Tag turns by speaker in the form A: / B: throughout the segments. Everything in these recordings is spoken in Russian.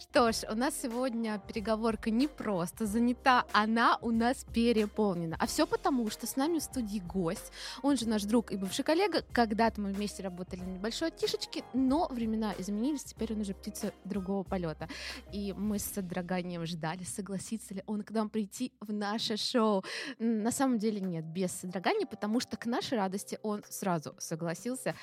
A: Что ж, у нас сегодня переговорка не просто занята, она у нас переполнена. А все потому, что с нами в студии гость, он же наш друг и бывший коллега. Когда-то мы вместе работали на небольшой тишечке, но времена изменились, теперь он уже птица другого полета. И мы с содроганием ждали, согласится ли он к нам прийти в наше шоу. М, На самом деле нет, без содрогания, потому что к нашей радости он сразу согласился.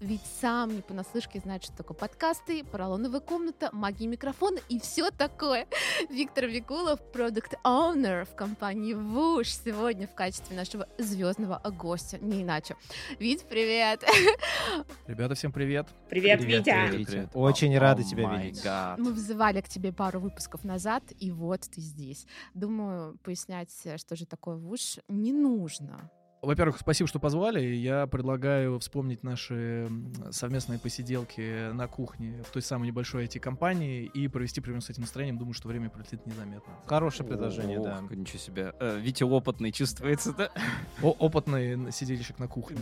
A: Ведь сам не понаслышке знает, что такое подкасты, поролоновая комната, магия микрофона и все такое. Виктор Викулов, продукт оунер в компании ВУШ, сегодня в качестве нашего звездного гостя, не иначе. Вить, привет!
B: Ребята, всем привет.
C: Привет,
D: Привет,
C: Витя.
D: привет.
E: Очень рады
B: Oh
E: тебя
B: my
E: видеть.
B: God.
A: Мы вызывали к тебе пару выпусков назад, и вот ты здесь. Думаю, пояснять, что же такое ВУШ, не нужно.
B: Во-первых, спасибо, что позвали. Я предлагаю вспомнить наши м, совместные посиделки на кухне в той самой небольшой IT-компании и провести примерно с этим настроением. Думаю, что время пролетит незаметно.
E: Хорошее предложение, да.
D: Ох, Ничего себе. Э, Витя опытный чувствуется, да?
B: О- опытный н- сидельщик на кухне.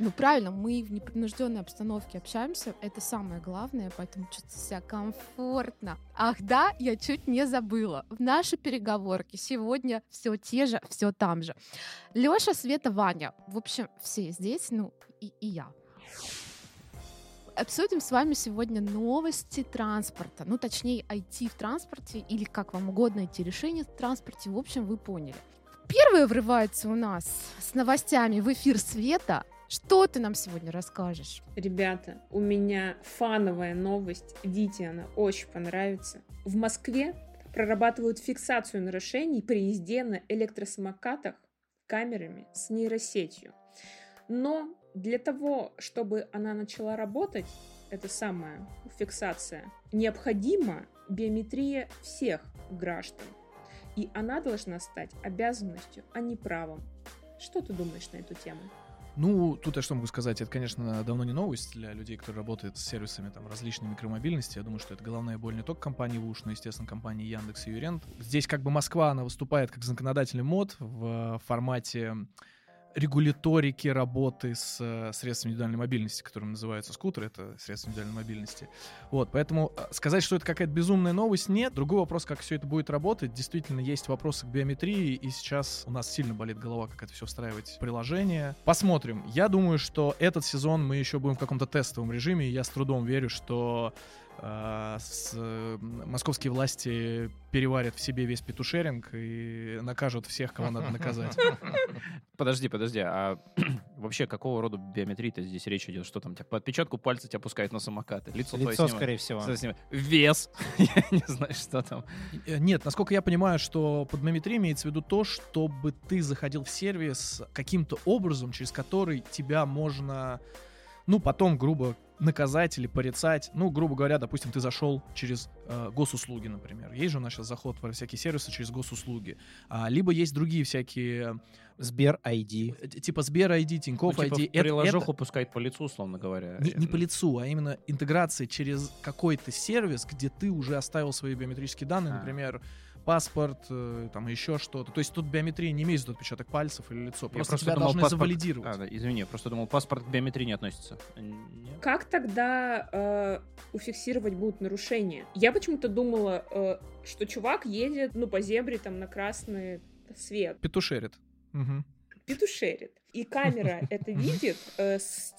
A: Ну, правильно, мы в непринужденной обстановке общаемся, это самое главное, поэтому чувствую себя комфортно. Ах да, я чуть не забыла. В нашей переговорке сегодня все те же, все там же. Лёша, Света, Ваня. В общем, все здесь, ну и, и я. Обсудим с вами сегодня новости транспорта, ну точнее IT в транспорте или как вам угодно эти решения в транспорте, в общем, вы поняли. Первая врывается у нас с новостями в эфир Света. Что ты нам сегодня расскажешь?
C: Ребята, у меня фановая новость. Вите она очень понравится. В Москве прорабатывают фиксацию нарушений при езде на электросамокатах камерами с нейросетью. Но для того, чтобы она начала работать, это самая фиксация, необходима биометрия всех граждан. И она должна стать обязанностью, а не правом. Что ты думаешь на эту тему?
B: Ну, тут я что могу сказать? Это, конечно, давно не новость для людей, которые работают с сервисами там, различной микромобильности. Я думаю, что это головная боль не только компании ВУШ, но, естественно, компании Яндекс и Юрент. Здесь как бы Москва, она выступает как законодательный мод в э, формате регуляторики работы с э, средствами индивидуальной мобильности, которым называются скутеры, это средства индивидуальной мобильности. Вот, поэтому э, сказать, что это какая-то безумная новость, нет. Другой вопрос, как все это будет работать. Действительно, есть вопросы к биометрии, и сейчас у нас сильно болит голова, как это все встраивать в приложение. Посмотрим. Я думаю, что этот сезон мы еще будем в каком-то тестовом режиме, и я с трудом верю, что э, с- э, московские власти переварят в себе весь петушеринг и накажут всех, кого надо наказать.
D: Подожди, подожди, а вообще какого рода биометрии-то здесь речь идет? Что там, тебя по отпечатку пальца тебя пускают на самокаты? Лицо, твое
E: Лицо,
D: снимают?
E: скорее всего.
D: Что снимают? Вес. Я не знаю, что там. Ну,
B: Э, Нет, насколько я понимаю, что под мимитрией имеется в виду то, чтобы ты заходил в сервис каким-то образом, через который тебя можно, ну, потом, грубо, наказать или порицать. Ну, грубо говоря, допустим, ты зашел через э, госуслуги, например. Есть же у нас сейчас заход во всякие сервисы через госуслуги. А, либо есть другие всякие,
E: Сбер ID.
B: э, типа Сбер ID, Тинькофф
D: Ну, типа,
B: ID. Это- это-
D: Приложуху пускает по лицу, условно говоря.
B: не, не по лицу, а именно интеграция через какой-то сервис, где ты уже оставил свои биометрические данные,
D: А.
B: например, паспорт, э, там еще что-то. То есть тут биометрия не имеет в виду отпечаток пальцев или лицо. Просто,
D: просто
B: тебя
D: думал,
B: должны
D: паспорт-
B: завалидировать.
D: А, да, извини, я просто думал, паспорт к биометрии не относится. Нет?
C: Как тогда э, уфиксировать будут нарушения? Я почему-то думала, э, что чувак едет, ну, по зебре там на красный свет,
B: Петушерит. Мгм.
C: петушерит. И камера это видит, э, с-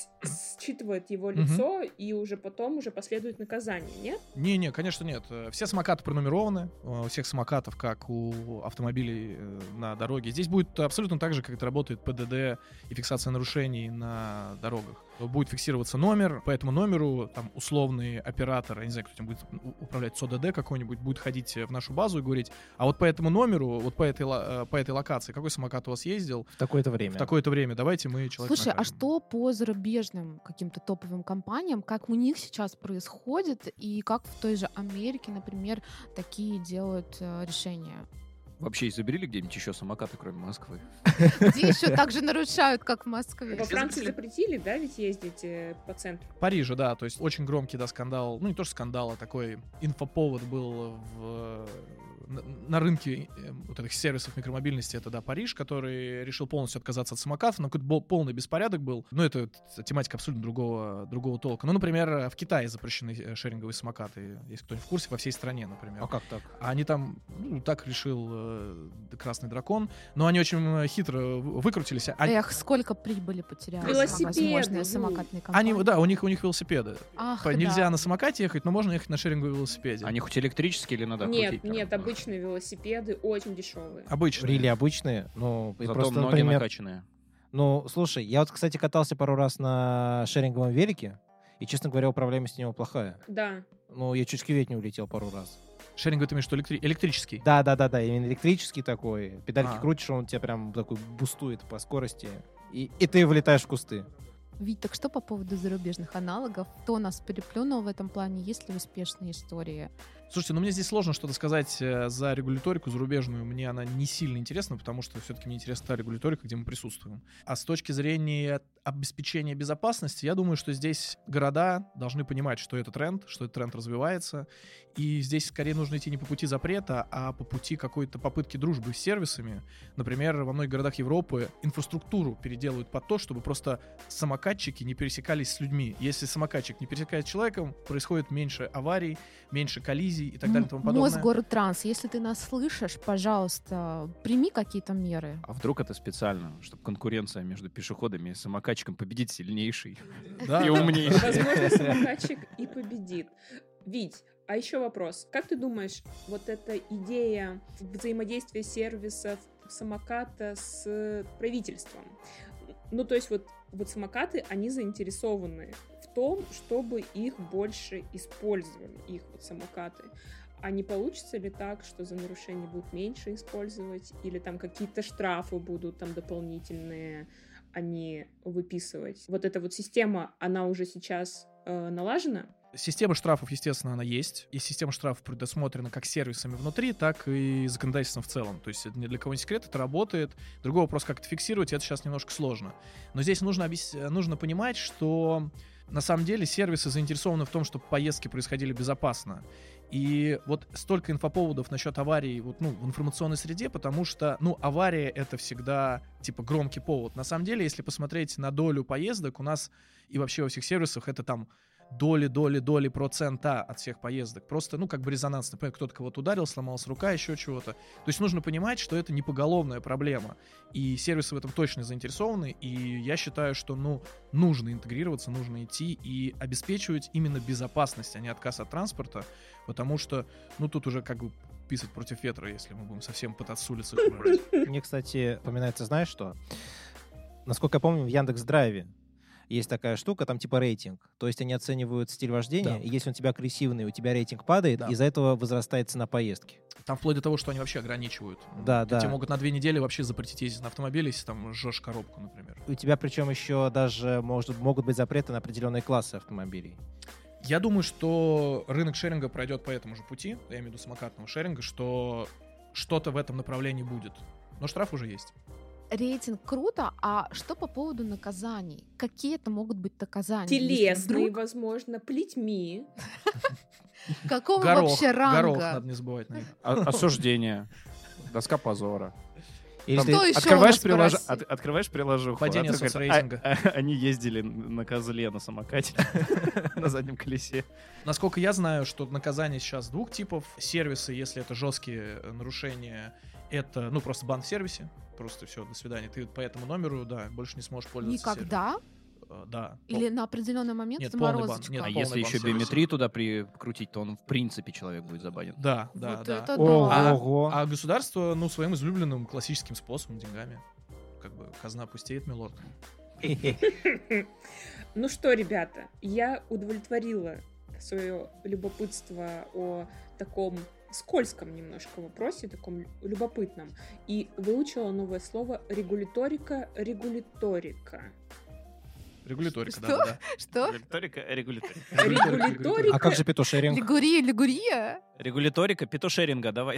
C: считывает его
B: Мгм.
C: лицо, и уже потом уже последует наказание, нет?
B: Не-не, конечно, нет. Э, Все самокаты пронумерованы. э, У всех самокатов, как у автомобилей э, на дороге. Здесь будет абсолютно так же, как это работает ПДД и фиксация нарушений на дорогах. Будет фиксироваться номер, по этому номеру там условный оператор, я не знаю, кто там будет у- управлять СОДД какой-нибудь, будет ходить э, в нашу базу и говорить, а вот по этому номеру, вот по этой, ло- э, по этой локации, какой самокат у вас ездил
E: В такое-то
B: в
E: время.
B: такое-то время, давайте мы человека
A: Слушай, а
B: накажем».
A: что по зарубежным каким-то топовым компаниям, как у них сейчас происходит и как в той же Америке, например, такие делают э, решения?
D: Вообще изобрели где-нибудь еще самокаты, кроме Москвы?
A: Где еще так же нарушают, как в Москве?
C: Во Франции
D: запретили.
C: запретили, да, ведь ездить э, по центру?
B: Парижа, да, то есть очень громкий, да, скандал, ну не то что скандал, а такой инфоповод был в на, на рынке э, вот этих сервисов микромобильности, это, да, Париж, который решил полностью отказаться от самокатов, но какой-то был полный беспорядок был. Ну, это т- тематика абсолютно другого, другого толка. Ну, например, э, в Китае запрещены э, шеринговые самокаты, если кто-нибудь в курсе, во всей стране, например.
E: А как так?
B: А Они там, ну, так решил э, Красный Дракон, но они очень э, хитро вы- выкрутились. А-
A: Эх, сколько прибыли потеряла.
C: Велосипеды, ну.
A: Возможно, самокатные
B: Они,
A: компании.
B: да, у них у них велосипеды.
A: Ах,
B: По-
A: да.
B: Нельзя на самокате ехать, но можно ехать на шеринговом велосипеде.
D: А не хоть электрические или надо
C: нет,
D: Ну крутить?
C: нет,
D: прям?
C: обычные велосипеды, очень дешевые.
B: А Обычно.
E: Рили обычные, ну, и
D: Зато
E: просто,
D: ноги
E: например,
D: накачанные.
E: ну, слушай, я вот, кстати, катался пару раз на шеринговом велике, и, честно говоря, управляемость у него плохая.
C: Да.
E: Ну, я чуть с кювет не улетел пару раз.
B: Шеринг, ты имеешь в виду электри- электрический?
E: Да-да-да-да, именно электрический такой. Педальки
B: А.
E: крутишь, он тебя прям такой бустует по скорости. И, и ты влетаешь в кусты.
A: Вить, так что по поводу зарубежных аналогов? Кто нас переплюнул в этом плане? Есть ли успешные истории?
B: Слушайте, ну мне здесь сложно что-то сказать э, за регуляторику зарубежную. Мне она не сильно интересна, потому что все-таки мне интересна та регуляторика, где мы присутствуем. А с точки зрения обеспечения безопасности, я думаю, что здесь города должны понимать, что это тренд, что этот тренд развивается. И здесь скорее нужно идти не по пути запрета, а по пути какой-то попытки дружбы с сервисами. Например, во многих городах Европы инфраструктуру переделывают под то, чтобы просто самокатчики не пересекались с людьми. Если самокатчик не пересекает с человеком, происходит меньше аварий, меньше коллизий и так далее и тому подобное.
A: Мосгортранс, если ты нас слышишь, пожалуйста, прими какие-то меры.
D: А вдруг это специально, чтобы конкуренция между пешеходами и самокатчиком победить сильнейший
B: Да,
D: и
B: да.
D: умнейший?
C: Возможно, самокатчик и победит. Вить, а еще вопрос. Как ты думаешь, вот эта идея взаимодействия сервисов самоката с правительством? Ну, то есть вот, вот самокаты, они заинтересованы в том, чтобы их больше использовали, их вот самокаты. А не получится ли так, что за нарушение будут меньше использовать, или там какие-то штрафы будут там дополнительные, они а выписывать. Вот эта вот система, она уже сейчас э, налажена.
B: Система штрафов, естественно, она есть. И система штрафов предусмотрена как сервисами внутри, так и законодательством в целом. То есть это ни для кого не секрет, это работает. Другой вопрос, как это фиксировать, это сейчас немножко сложно. Но здесь нужно, объяс- э, нужно понимать, что на самом деле сервисы заинтересованы в том, чтобы поездки происходили безопасно. И вот столько инфоповодов насчет аварий вот, ну, в информационной среде, потому что, ну, авария — это всегда, типа, громкий повод. На самом деле, если посмотреть на долю поездок, у нас и вообще во всех сервисах это там доли, доли, доли процента от всех поездок. Просто, ну, как бы резонанс. Например, кто-то кого-то ударил, сломалась рука, еще чего-то. То есть нужно понимать, что это не поголовная проблема. И сервисы в этом точно заинтересованы. И я считаю, что, ну, нужно интегрироваться, нужно идти и обеспечивать именно безопасность, а не отказ от транспорта. Потому что, ну, тут уже как бы писать против ветра, если мы будем совсем пытаться с улицы брать.
E: Мне, кстати, вспоминается, знаешь что? Насколько я помню, в Яндекс Драйве есть такая штука, там типа рейтинг. То есть они оценивают стиль вождения,
B: Да.
E: и если он у тебя агрессивный, у тебя рейтинг падает,
B: Да.
E: из-за этого возрастает цена поездки.
B: Там вплоть до того, что они вообще ограничивают.
E: Да, да.
B: Тебе могут на две недели вообще запретить ездить на автомобиле, если там жжешь коробку, например.
E: У тебя причем еще даже может, могут быть запреты на определенные классы автомобилей.
B: Я думаю, что рынок шеринга пройдет по этому же пути, я имею в виду самокатного шеринга, что что-то в этом направлении будет. Но штраф уже есть.
A: Рейтинг круто, а что по поводу наказаний? Какие это могут быть наказания? Если
C: Телесные,
A: вдруг
C: возможно, плетьми.
A: Какого
B: горох,
A: вообще
B: горох,
A: ранга?
B: надо не забывать на них.
D: О- А, Осуждение. Доска позора.
E: Или
D: Там
E: ты-
A: Кто еще
D: Открываешь,
A: у нас в
D: прилож-
A: России?
D: от- открываешь а приложу.
B: Падение соцрейтинга.
D: «А, Они ездили на козле на самокате на заднем колесе.
B: Насколько я знаю, что наказание сейчас двух типов. Сервисы, если это жесткие э, нарушения, это, ну, просто бан в сервисе. Просто все, до свидания. Ты по этому номеру, да, больше не сможешь пользоваться сервисом.
A: Никогда?
B: Э, Да.
A: Или на определенный момент
B: Нет, полный бан.
A: заморозочка?
B: Нет,
D: А
B: полный
D: если
B: бан
D: еще
B: сервиса.
D: биометрию туда прикрутить, то он в принципе человек будет забанен.
B: Да, да,
A: Вот
B: да.
A: это да.
B: А-
E: Ого.
B: А государство, ну, своим излюбленным классическим способом, деньгами. Как бы казна пустеет, милорд.
C: Ну что, ребята, я удовлетворила свое любопытство о таком скользком немножко вопросе, таком любопытном, и выучила новое слово регуляторика, регуляторика.
B: Регуляторика,
A: Что?
B: да, да.
A: Что?
D: Регуляторика, регуляторика.
C: Регуляторика.
E: А как же петушеринг?
A: Лигурия, лигурия?
D: Регуляторика петушеринга, давай.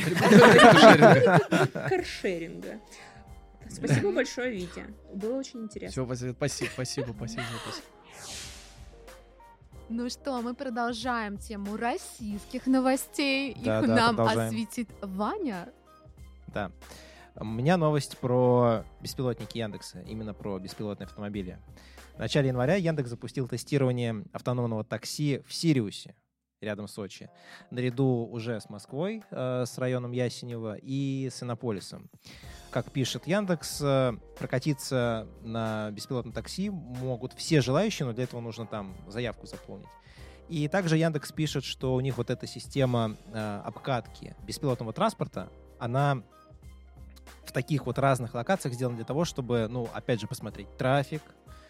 C: Каршеринга. Спасибо большое, Витя. Было очень интересно.
B: Все, спасибо, спасибо, спасибо за вопрос.
A: Ну что, мы продолжаем тему российских новостей.
E: Да,
A: Их
E: да,
A: нам
E: продолжаем.
A: осветит Ваня.
E: Да. У меня новость про беспилотники Яндекса, именно про беспилотные автомобили. В начале января Яндекс запустил тестирование автономного такси в Сириусе, рядом с Сочи, наряду уже с Москвой, э, с районом Ясенева и с Иннополисом. Как пишет Яндекс, э, прокатиться на беспилотном такси могут все желающие, но для этого нужно там заявку заполнить. И также Яндекс пишет, что у них вот эта система э, обкатки беспилотного транспорта, она в таких вот разных локациях сделано для того, чтобы, ну, опять же, посмотреть трафик,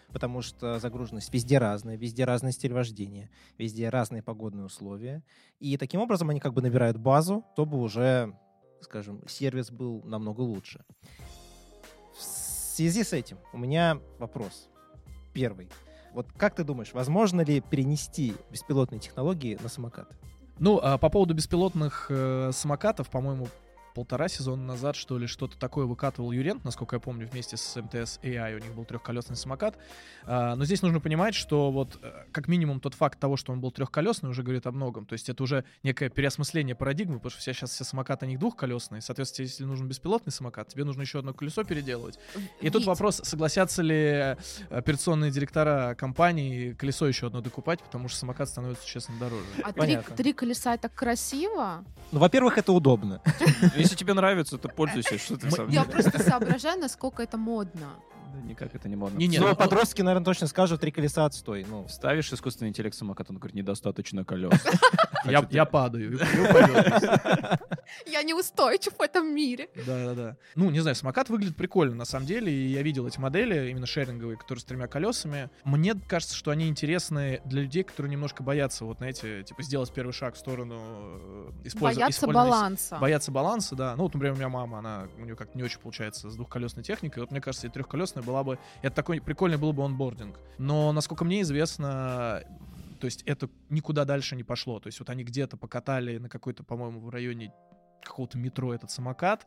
E: потому что загруженность везде разная, везде разный стиль вождения, везде разные погодные условия. И таким образом они как бы набирают базу, чтобы уже, скажем, сервис был намного лучше. В связи с этим у меня вопрос. Первый. Вот как ты думаешь, возможно ли перенести беспилотные технологии на самокат?
B: Ну, а по поводу беспилотных э, самокатов, по-моему, полтора сезона назад, что ли, что-то такое выкатывал Юрент, насколько я помню, вместе с МТС AI у них был трехколесный самокат. А, но здесь нужно понимать, что вот э, как минимум тот факт того, что он был трехколесный, уже говорит о многом. То есть это уже некое переосмысление парадигмы, потому что все, сейчас все самокаты, они двухколесные. Соответственно, если нужен беспилотный самокат, тебе нужно еще одно колесо переделывать. И тут
A: Вить,
B: вопрос, согласятся ли э, операционные директора компании колесо еще одно докупать, потому что самокат становится, честно, дороже.
A: А три,
E: Понятно.
A: три колеса это красиво?
E: Ну, во-первых, это удобно.
D: Если тебе нравится, то пользуйся. Что ты
B: Мы-
D: сам?
A: Я просто соображаю, насколько это модно.
D: Да Никак это не модно.
B: Не-не,
E: Но
B: ну,
E: подростки, наверное, точно скажут, три колеса отстой. Ну,
D: Ставишь искусственный интеллект самокат, он говорит, недостаточно колес.
B: Я, я падаю. и крю поверхность.
A: Я неустойчив в этом мире.
B: Да-да-да. Ну, не знаю, самокат выглядит прикольно, на самом деле. И я видел эти модели, именно шеринговые, которые с тремя колесами. Мне кажется, что они интересны для людей, которые немножко боятся, вот, знаете, типа сделать первый шаг в сторону э, использо-
A: Бояться
B: использования
A: баланса.
B: Боятся баланса, да. Ну, вот, например, у меня мама, она, у нее как-то не очень получается с двухколесной техникой. Вот, мне кажется, и трехколесная была бы... Это такой прикольный был бы онбординг. Но, насколько мне известно, то есть это никуда дальше не пошло. То есть вот они где-то покатали на какой-то, по-моему, в районе какого-то метро этот самокат,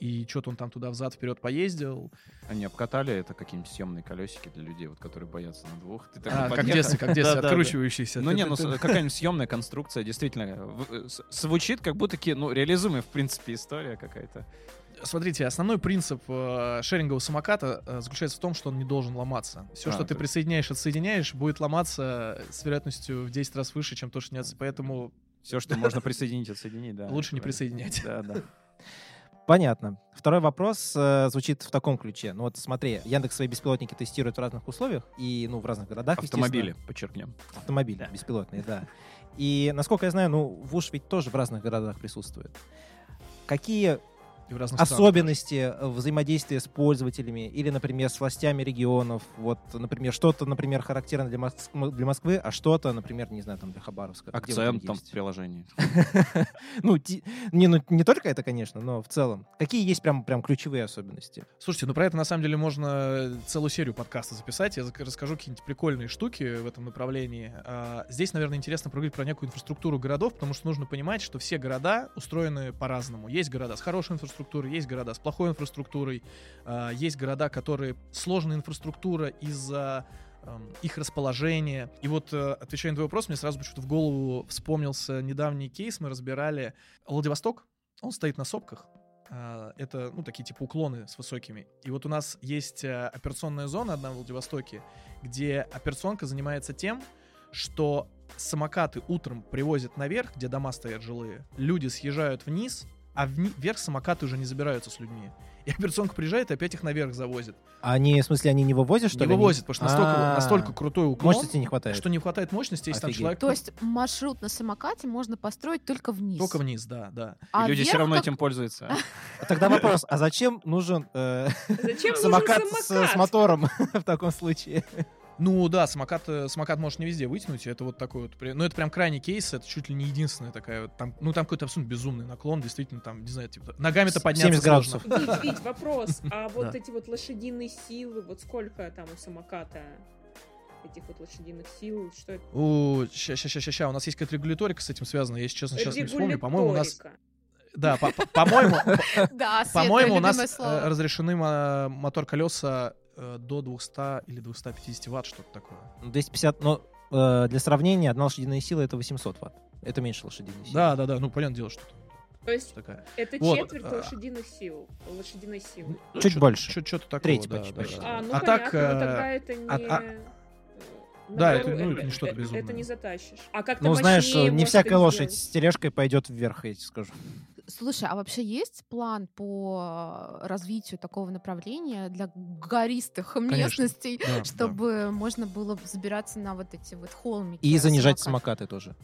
B: и что-то он там туда взад-вперед поездил.
D: Они обкатали это какие-нибудь съемные колесики для людей, вот, которые боятся на двух. Ты такой
B: А, как в
D: ну, подъехал.
B: детстве, как в детстве,
D: Да-да-да.
B: откручивающийся.
D: Ну не, ну
B: Ты-ты-ты.
D: с- какая-нибудь съемная конструкция, действительно, в- э, с- звучит как будто ки- ну, реализуемая, в принципе, история какая-то.
B: Смотрите, основной принцип э, шерингового самоката э, заключается в том, что он не должен ломаться. Все,
D: А,
B: что ты
D: то-
B: присоединяешь, отсоединяешь, будет ломаться э, с вероятностью в 10 раз выше, чем то, что не отс- Поэтому
D: Все, что можно присоединить, отсоединить, да.
B: лучше не
D: правильно.
B: присоединять.
D: Да, да.
E: Понятно. Второй вопрос э, звучит в таком ключе. Ну вот смотри, Яндекс свои беспилотники тестирует в разных условиях и ну в разных городах. естественно.
D: Автомобили, подчеркнем.
E: Автомобили беспилотные, да. И насколько я знаю, ну ВУШ ведь тоже в разных городах присутствует. Какие
B: И в разных странах.
E: особенности э, взаимодействия с пользователями или, например, с властями регионов? Вот, например, что-то, например, характерно для, Моск- для Москвы, а что-то, например, не знаю, там для Хабаровска. Где вот
D: Акцент
E: они
D: там в
E: есть?
D: приложении.
E: Ну, ти- не, ну, не только это, конечно, но в целом. Какие есть прям, прям ключевые особенности?
B: Слушайте, ну про это на самом деле можно целую серию подкаста записать. Я зак- расскажу какие-нибудь прикольные штуки в этом направлении. А, Здесь, наверное, интересно проговорить про некую инфраструктуру городов, потому что нужно понимать, что все города устроены по-разному. Есть города с хорошей инфраструктурой, есть города с плохой инфраструктурой, а, есть города, которые сложная инфраструктура из-за эм, их расположения. И вот, э, отвечая на твой вопрос, мне сразу почему-то в голову вспомнился недавний кейс. Мы разбирали Владивосток. Он стоит на сопках. А, Это, ну, такие типа уклоны с высокими. И вот у нас есть э, операционная зона одна в Владивостоке, где операционка занимается тем, что самокаты утром привозят наверх, где дома стоят жилые, люди съезжают вниз, а вни- вверх самокаты уже не забираются с людьми. И операционка приезжает и опять их наверх завозит.
E: Они, в смысле, они А не вывозят, что
B: не
E: ли? они-
B: вывозит, потому что настолько,
E: А,
B: настолько крутой уклон,
E: Мощности не хватает.
B: что не хватает мощности, если
E: Офигеть.
B: там человек
A: То есть маршрут на самокате можно построить только вниз.
B: только вниз, да, да.
A: А
D: И люди все
A: вверх
D: равно
A: как-
D: этим пользуются.
E: А Тогда вопрос, а зачем нужен э,
C: Зачем
E: самокат
C: нужен
E: с,
C: самокат?
E: с мотором в таком случае?
B: Ну да, самокат, э, самокат можешь не везде вытянуть, и это вот такой вот, при- ну это прям крайний кейс, это чуть ли не единственная такая, вот там, ну там какой-то абсолютно безумный наклон, действительно там, не знаю, типа, ногами-то
E: С-
B: подняться
E: 70 градусов.
B: сложно.
C: Вить, Вить, вопрос. А вот
B: Да.
C: эти вот лошадиные силы, вот сколько там у самоката этих вот лошадиных сил? Что это?
B: У, ща, ща, ща, ща, ща, у нас есть какая-то регуляторика с этим связана, я, если честно, сейчас Ну, не вспомню, по-моему, у нас,
C: Регуляторика.
B: да, по- по- по-моему,
A: Да, Света,
B: по-моему, у
A: любимое
B: нас э,
A: слово.
B: разрешены мо- мотор колеса э, до 200 или 250 ватт, что-то такое.
E: Ну, 250, но э, для сравнения, одна лошадиная сила — это 800 ватт. Это меньше лошадиной силы.
B: Да, да, да. Ну, понятное дело, что
C: То есть
B: такая.
C: это
B: Вот,
C: четверть
B: а.
C: лошадиных сил. Лошадиной силы.
B: Ну,
E: Чуть больше.
B: Что-то такое.
E: Треть
B: да,
E: почти,
B: да,
E: почти.
B: да.
C: А, ну
B: А
C: понятно,
B: так,
C: но
B: э,
C: тогда это не...
B: а- а-
C: э,
B: Да,
C: на
B: это,
C: гору
B: ну, это не что-то безумное.
C: Это не затащишь. А как-то
E: Ну, знаешь,
C: мощнее
E: э, не
C: может
E: всякая
C: это
E: лошадь
C: сделать.
E: с тележкой пойдет вверх, я тебе скажу.
A: Слушай, а вообще есть план по развитию такого направления для гористых местностей,
B: Да, да.
A: чтобы можно было забираться на вот эти вот холмики?
E: И занижать
A: самокат?
E: самокаты тоже.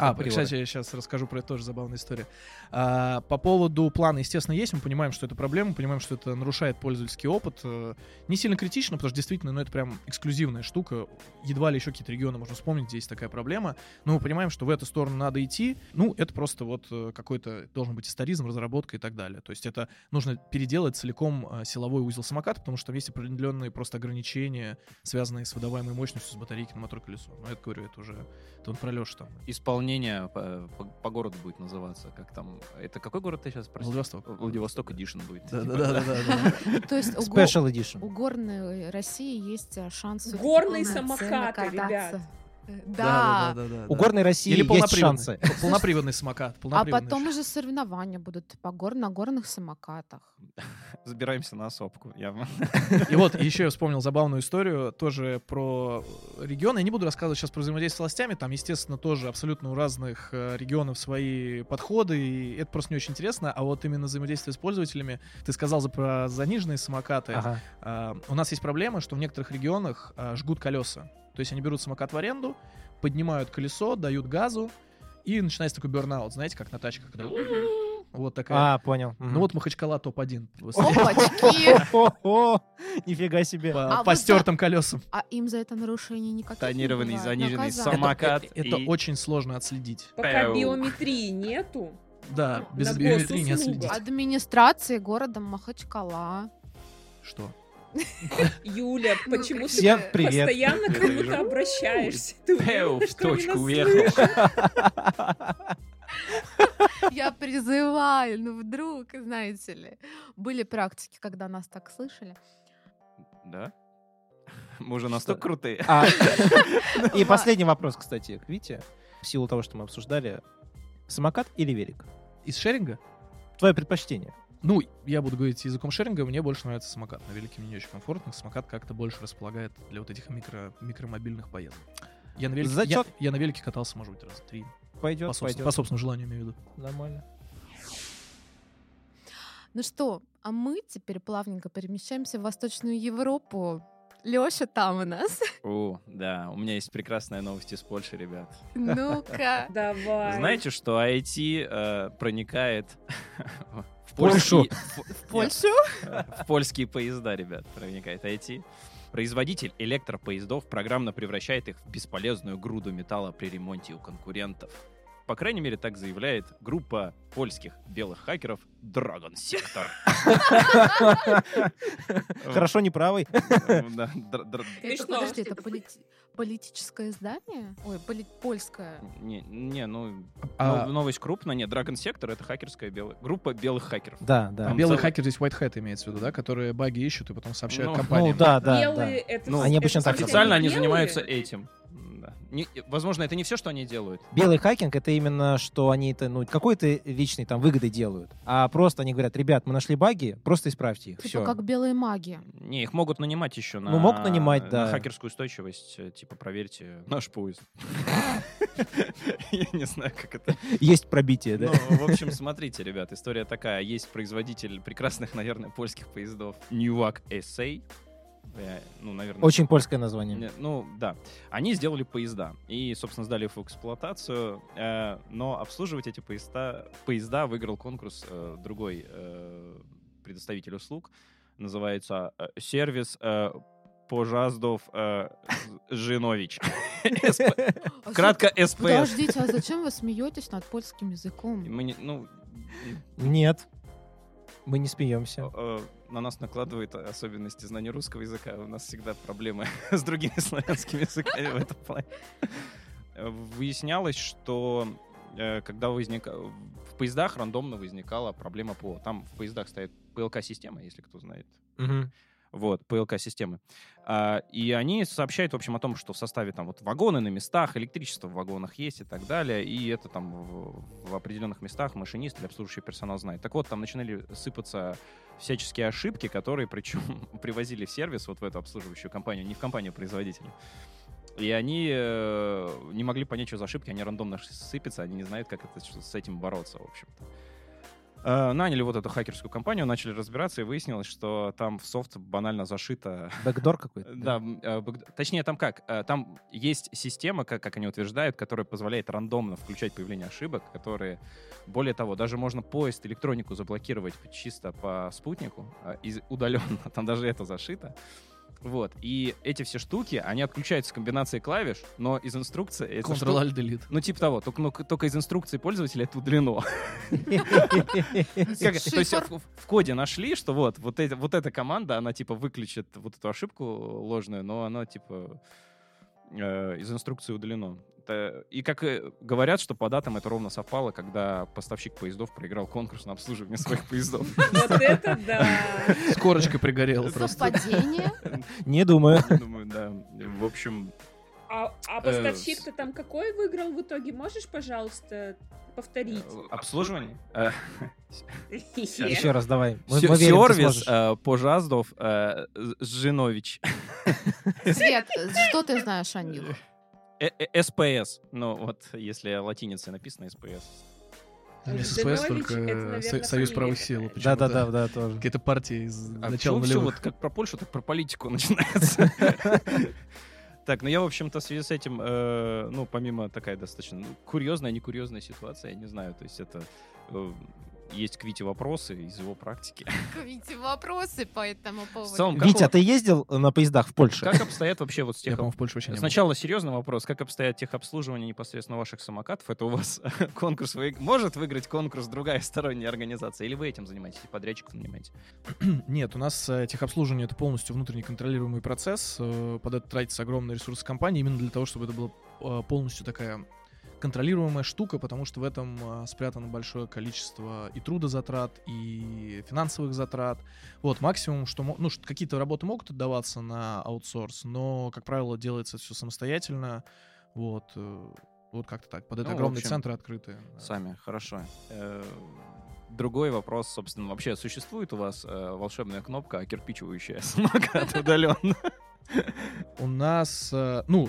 B: А,
E: априори.
B: кстати, я сейчас расскажу про это тоже забавная история. А, по поводу плана, естественно, есть. Мы понимаем, что это проблема, понимаем, что это нарушает пользовательский опыт. Э, Не сильно критично, потому что действительно, ну, это прям эксклюзивная штука. Едва ли еще какие-то регионы можно вспомнить, где есть такая проблема. Но мы понимаем, что в эту сторону надо идти. Ну, это просто вот э, какой-то должен быть историзм, разработка и так далее. То есть это нужно переделать целиком э, силовой узел самоката, потому что там есть определенные просто ограничения, связанные с выдаваемой мощностью с батарейки на мотор-колесо. Но это, говорю, это уже... Это он про Лешу там.
D: Исполнение э, по, по- по городу будет называться. Как там... Это какой город ты сейчас прости?
B: Владивосток.
D: Владивосток Edition будет.
B: Да,
D: типа,
B: да, да, да, да.
A: То есть у, го-
E: Special Edition.
A: у горной России есть э, шанс всё-таки
C: Горные
A: полноценно
C: самокаты,
A: кататься.
C: ребят.
A: Э,
B: Да,
A: Да,
B: да, да, да, да.
E: У горной России
B: Или
E: есть
B: полноприводный.
E: шансы.
B: П- Полноприводный самокат.
A: А
B: полноприводный
A: потом
B: ш-
A: уже соревнования будут по гор на горных самокатах.
D: Забираемся на сопку. явно.
B: И вот еще я вспомнил забавную историю тоже про регионы. Я не буду рассказывать сейчас про взаимодействие с властями. Там, естественно, тоже абсолютно у разных э, регионов свои подходы, и это просто не очень интересно. А вот именно взаимодействие с пользователями. Ты сказал за- про заниженные самокаты.
E: Ага.
B: А, У нас есть проблема, что в некоторых регионах а, жгут колеса. То есть они берут самокат в аренду, поднимают колесо, дают газу, и начинается такой бернаут, знаете, как на тачках, когда вот такая.
E: А, понял.
B: Ну вот Махачкала топ-1
A: Опачки!
E: О, нифига себе.
B: по,
A: А
B: по
A: вот
B: стертым колесам.
A: А им за это нарушение никаких не
D: Тонированный,
A: бывает.
D: заниженный
A: Наказание.
D: самокат. Макат
B: это, это
D: и-
B: очень сложно отследить.
C: Пока
D: Пэу.
C: биометрии нету,
B: Да,
C: На
B: без биометрии не
C: госуслугах.
B: отследить.
A: Администрации города Махачкала.
D: А
B: Что?
C: Юля,
A: Ну,
C: почему
A: как
C: ты
E: Всем привет.
C: постоянно к
D: Я вижу.
C: кому-то обращаешься? Ты
D: Пэу,
C: уверена,
D: в
C: что они
D: точку
C: нас
D: уехал.
A: Я призываю, ну вдруг, знаете ли. Были практики, когда нас так слышали.
D: Да? Мы уже настолько крутые.
E: А, И
A: Ла-
E: последний вопрос, кстати, к Вите. В силу того, что мы обсуждали, самокат или велик?
B: Из шеринга?
E: Твое предпочтение.
B: Ну, я буду говорить языком шеринга, мне больше нравится самокат. На велике мне не очень комфортно, самокат как-то больше располагает для вот этих микро, микромобильных поездок. Я на, велике, я-
E: Зачет.
B: я на велике катался, может быть, раза три. По,
E: Пойдет,
B: собствен-
E: пойдет.
B: по собственному желанию имею в виду.
E: Нормально.
A: Ну что, а мы теперь плавненько перемещаемся в Восточную Европу. Лёша там у нас.
D: О, да, у меня есть прекрасная новость из Польши, ребят.
A: Ну-ка.
C: Давай.
D: Знаете, что IT э, проникает в
E: Польшу.
D: польские- в-
A: В Польшу?
D: в польские поезда, ребят, проникает IT. Производитель электропоездов программно превращает их в бесполезную груду металла при ремонте у конкурентов. По крайней мере, так заявляет группа польских белых хакеров Dragon Sector.
E: Хорошо, не правый. Э,
D: Ну Да, др- др-
A: Это,
C: Смешно.
A: подожди, это полит- политическое издание? Ой, поли- польское.
D: Не, не, ну,
B: А-
D: нов- новость крупная. Нет, Dragon Sector — это хакерская белая... Группа белых хакеров.
E: Да,
B: А
E: да.
D: Там
B: белый
D: целый-
B: хакер здесь White Hat имеется в виду, да? Которые баги ищут и потом сообщают
D: Ну,
E: Ну
B: компаниям.
E: да, да, да.
C: Белые это...
E: Ну,
C: с-
E: они
C: это
E: обычно так
C: совсем
D: Официально
C: не
D: они
C: белые?
D: занимаются этим. Да. Не- возможно, это не все, что они делают.
E: Белый хакинг это именно, что они это, ну, какой-то личной там выгоды делают. А просто они говорят, ребят, мы нашли баги, просто исправьте их.
A: Типа
E: Все.
A: как белые маги.
D: Не, их могут нанимать еще на...
E: Ну, могут нанимать,
D: на
E: да.
D: хакерскую устойчивость. э, Типа, проверьте наш поезд. Я не знаю, как это...
E: Есть пробитие, да?
D: Ну, в общем, смотрите, ребят, история такая. Есть производитель прекрасных, наверное, польских поездов Newak SA. Э, Ну, наверное...
E: Очень польское название.
D: Не, Ну, да. Они сделали поезда и, собственно, сдали их в эксплуатацию, э, но обслуживать эти поезда, поезда выиграл конкурс э, другой э, предоставитель услуг. Называется э, сервис э, Пожаздов э, З- Жинович. СП.
A: А
D: Кратко
A: зачем-
D: СПС.
A: Подождите, а зачем вы смеетесь над польским языком?
D: Мы не- ну,
E: Нет. Мы не смеемся.
D: э, на нас накладывает особенности знания русского языка. У нас всегда проблемы с другими славянскими языками в этом плане. Э, Выяснялось, что э, когда возник... в поездах рандомно возникала проблема ПО. Там в поездах стоит ПЛК-система, если кто знает. вот, ПЛК-системы. А, и они сообщают, в общем, о том, что в составе там вот вагоны на местах, электричество в вагонах есть и так далее, и это там в, в определенных местах машинист или обслуживающий персонал знает. Так вот, там начинали сыпаться всяческие ошибки, которые причем привозили в сервис вот в эту обслуживающую компанию, не в компанию-производителя. И они э, не могли понять, что за ошибки, они рандомно сыпятся, они не знают, как это, что с этим бороться, в общем-то. Э, наняли вот эту хакерскую компанию, начали разбираться, и выяснилось, что там в софт банально зашито...
E: Бэкдор какой-то?
D: Да, э, бэк- точнее, там как? э, Там есть система, как, как они утверждают, которая позволяет рандомно включать появление ошибок, которые... Более того, даже можно поезд, электронику заблокировать чисто по спутнику, э, из- удаленно, там даже это зашито. Вот, и эти все штуки, они отключаются комбинацией клавиш, но из инструкции... эта штука-
B: Ctrl-Alt-Delete.
D: ну, типа того, только, ну, только из инструкции пользователя это удалено. Как- то есть
A: Шифр.
D: в, в коде нашли, что вот, вот, эти, вот эта команда, она типа выключит вот эту ошибку ложную, но она типа э, из инструкции удалено. Это- и как э, говорят, что по датам это ровно совпало, когда поставщик поездов проиграл конкурс на обслуживание своих поездов.
C: Вот это да.
B: С корочкой пригорело просто.
A: Совпадение?
E: Не думаю.
D: Я Думаю, да. В общем,
C: А,
B: Э,
C: а поставщик-то там какой выиграл в итоге? Можешь, пожалуйста,
D: э,
C: повторить?
D: обслуживание. Э,
E: Еще раз давай. Мы-
D: Сё-
E: мы верим, ты
D: Сервис
E: сможешь.
D: э, Пожаздов э, З- Жинович.
A: Свет, что ты знаешь о них?
D: Э- э, СПС. Ну, вот если латиницей написано СПС.
B: Там есть
C: Жданович,
B: СПС, только
C: это,
B: э,
C: наверное,
B: Со- Союз
C: фамилия
B: правых
C: какая-то.
B: сил. почему-то.
E: Да-да-да, да, тоже.
B: Какие-то партии из
D: А
B: начала
D: почему всё
B: нулевых.
D: вот как про Польшу, так про политику начинается? Так, ну я, в общем-то, в связи с этим, э, ну, помимо такая достаточно ну, курьезная, некурьезная ситуация, я не знаю, то есть это э, есть к Вите вопросы из его практики.
A: Видите, вопросы по этому поводу.
D: В целом, как
E: Витя,
D: у-
E: ты ездил э, на поездах в Польше?
D: Как обстоят вообще вот с
B: Я,
D: тех...
B: по-моему, в Польше вообще не был.
D: Сначала серьезный вопрос. Как обстоят техобслуживание непосредственно ваших самокатов? Это у вас конкурс вы- может выиграть конкурс другая сторонняя организация? Или вы этим занимаетесь, и подрядчиком занимаетесь?
B: Нет, у нас э, техобслуживание это полностью внутренне контролируемый процесс. э, Под это тратится огромный ресурс компании именно для того, чтобы это была э, полностью такая контролируемая штука, потому что в этом э, спрятано большое количество и трудозатрат, и финансовых затрат. Вот, максимум, что... мо- Ну, ш- какие-то работы могут отдаваться на аутсорс, но, как правило, делается все самостоятельно. Вот, э, вот как-то так. Под это
D: Ну, в
B: огромные
D: общем,
B: центры открытые.
D: Сами, хорошо. Э, Другой вопрос, собственно, вообще существует у вас э, волшебная кнопка, окирпичивающая самокат удаленно?
B: У нас, э, ну, э,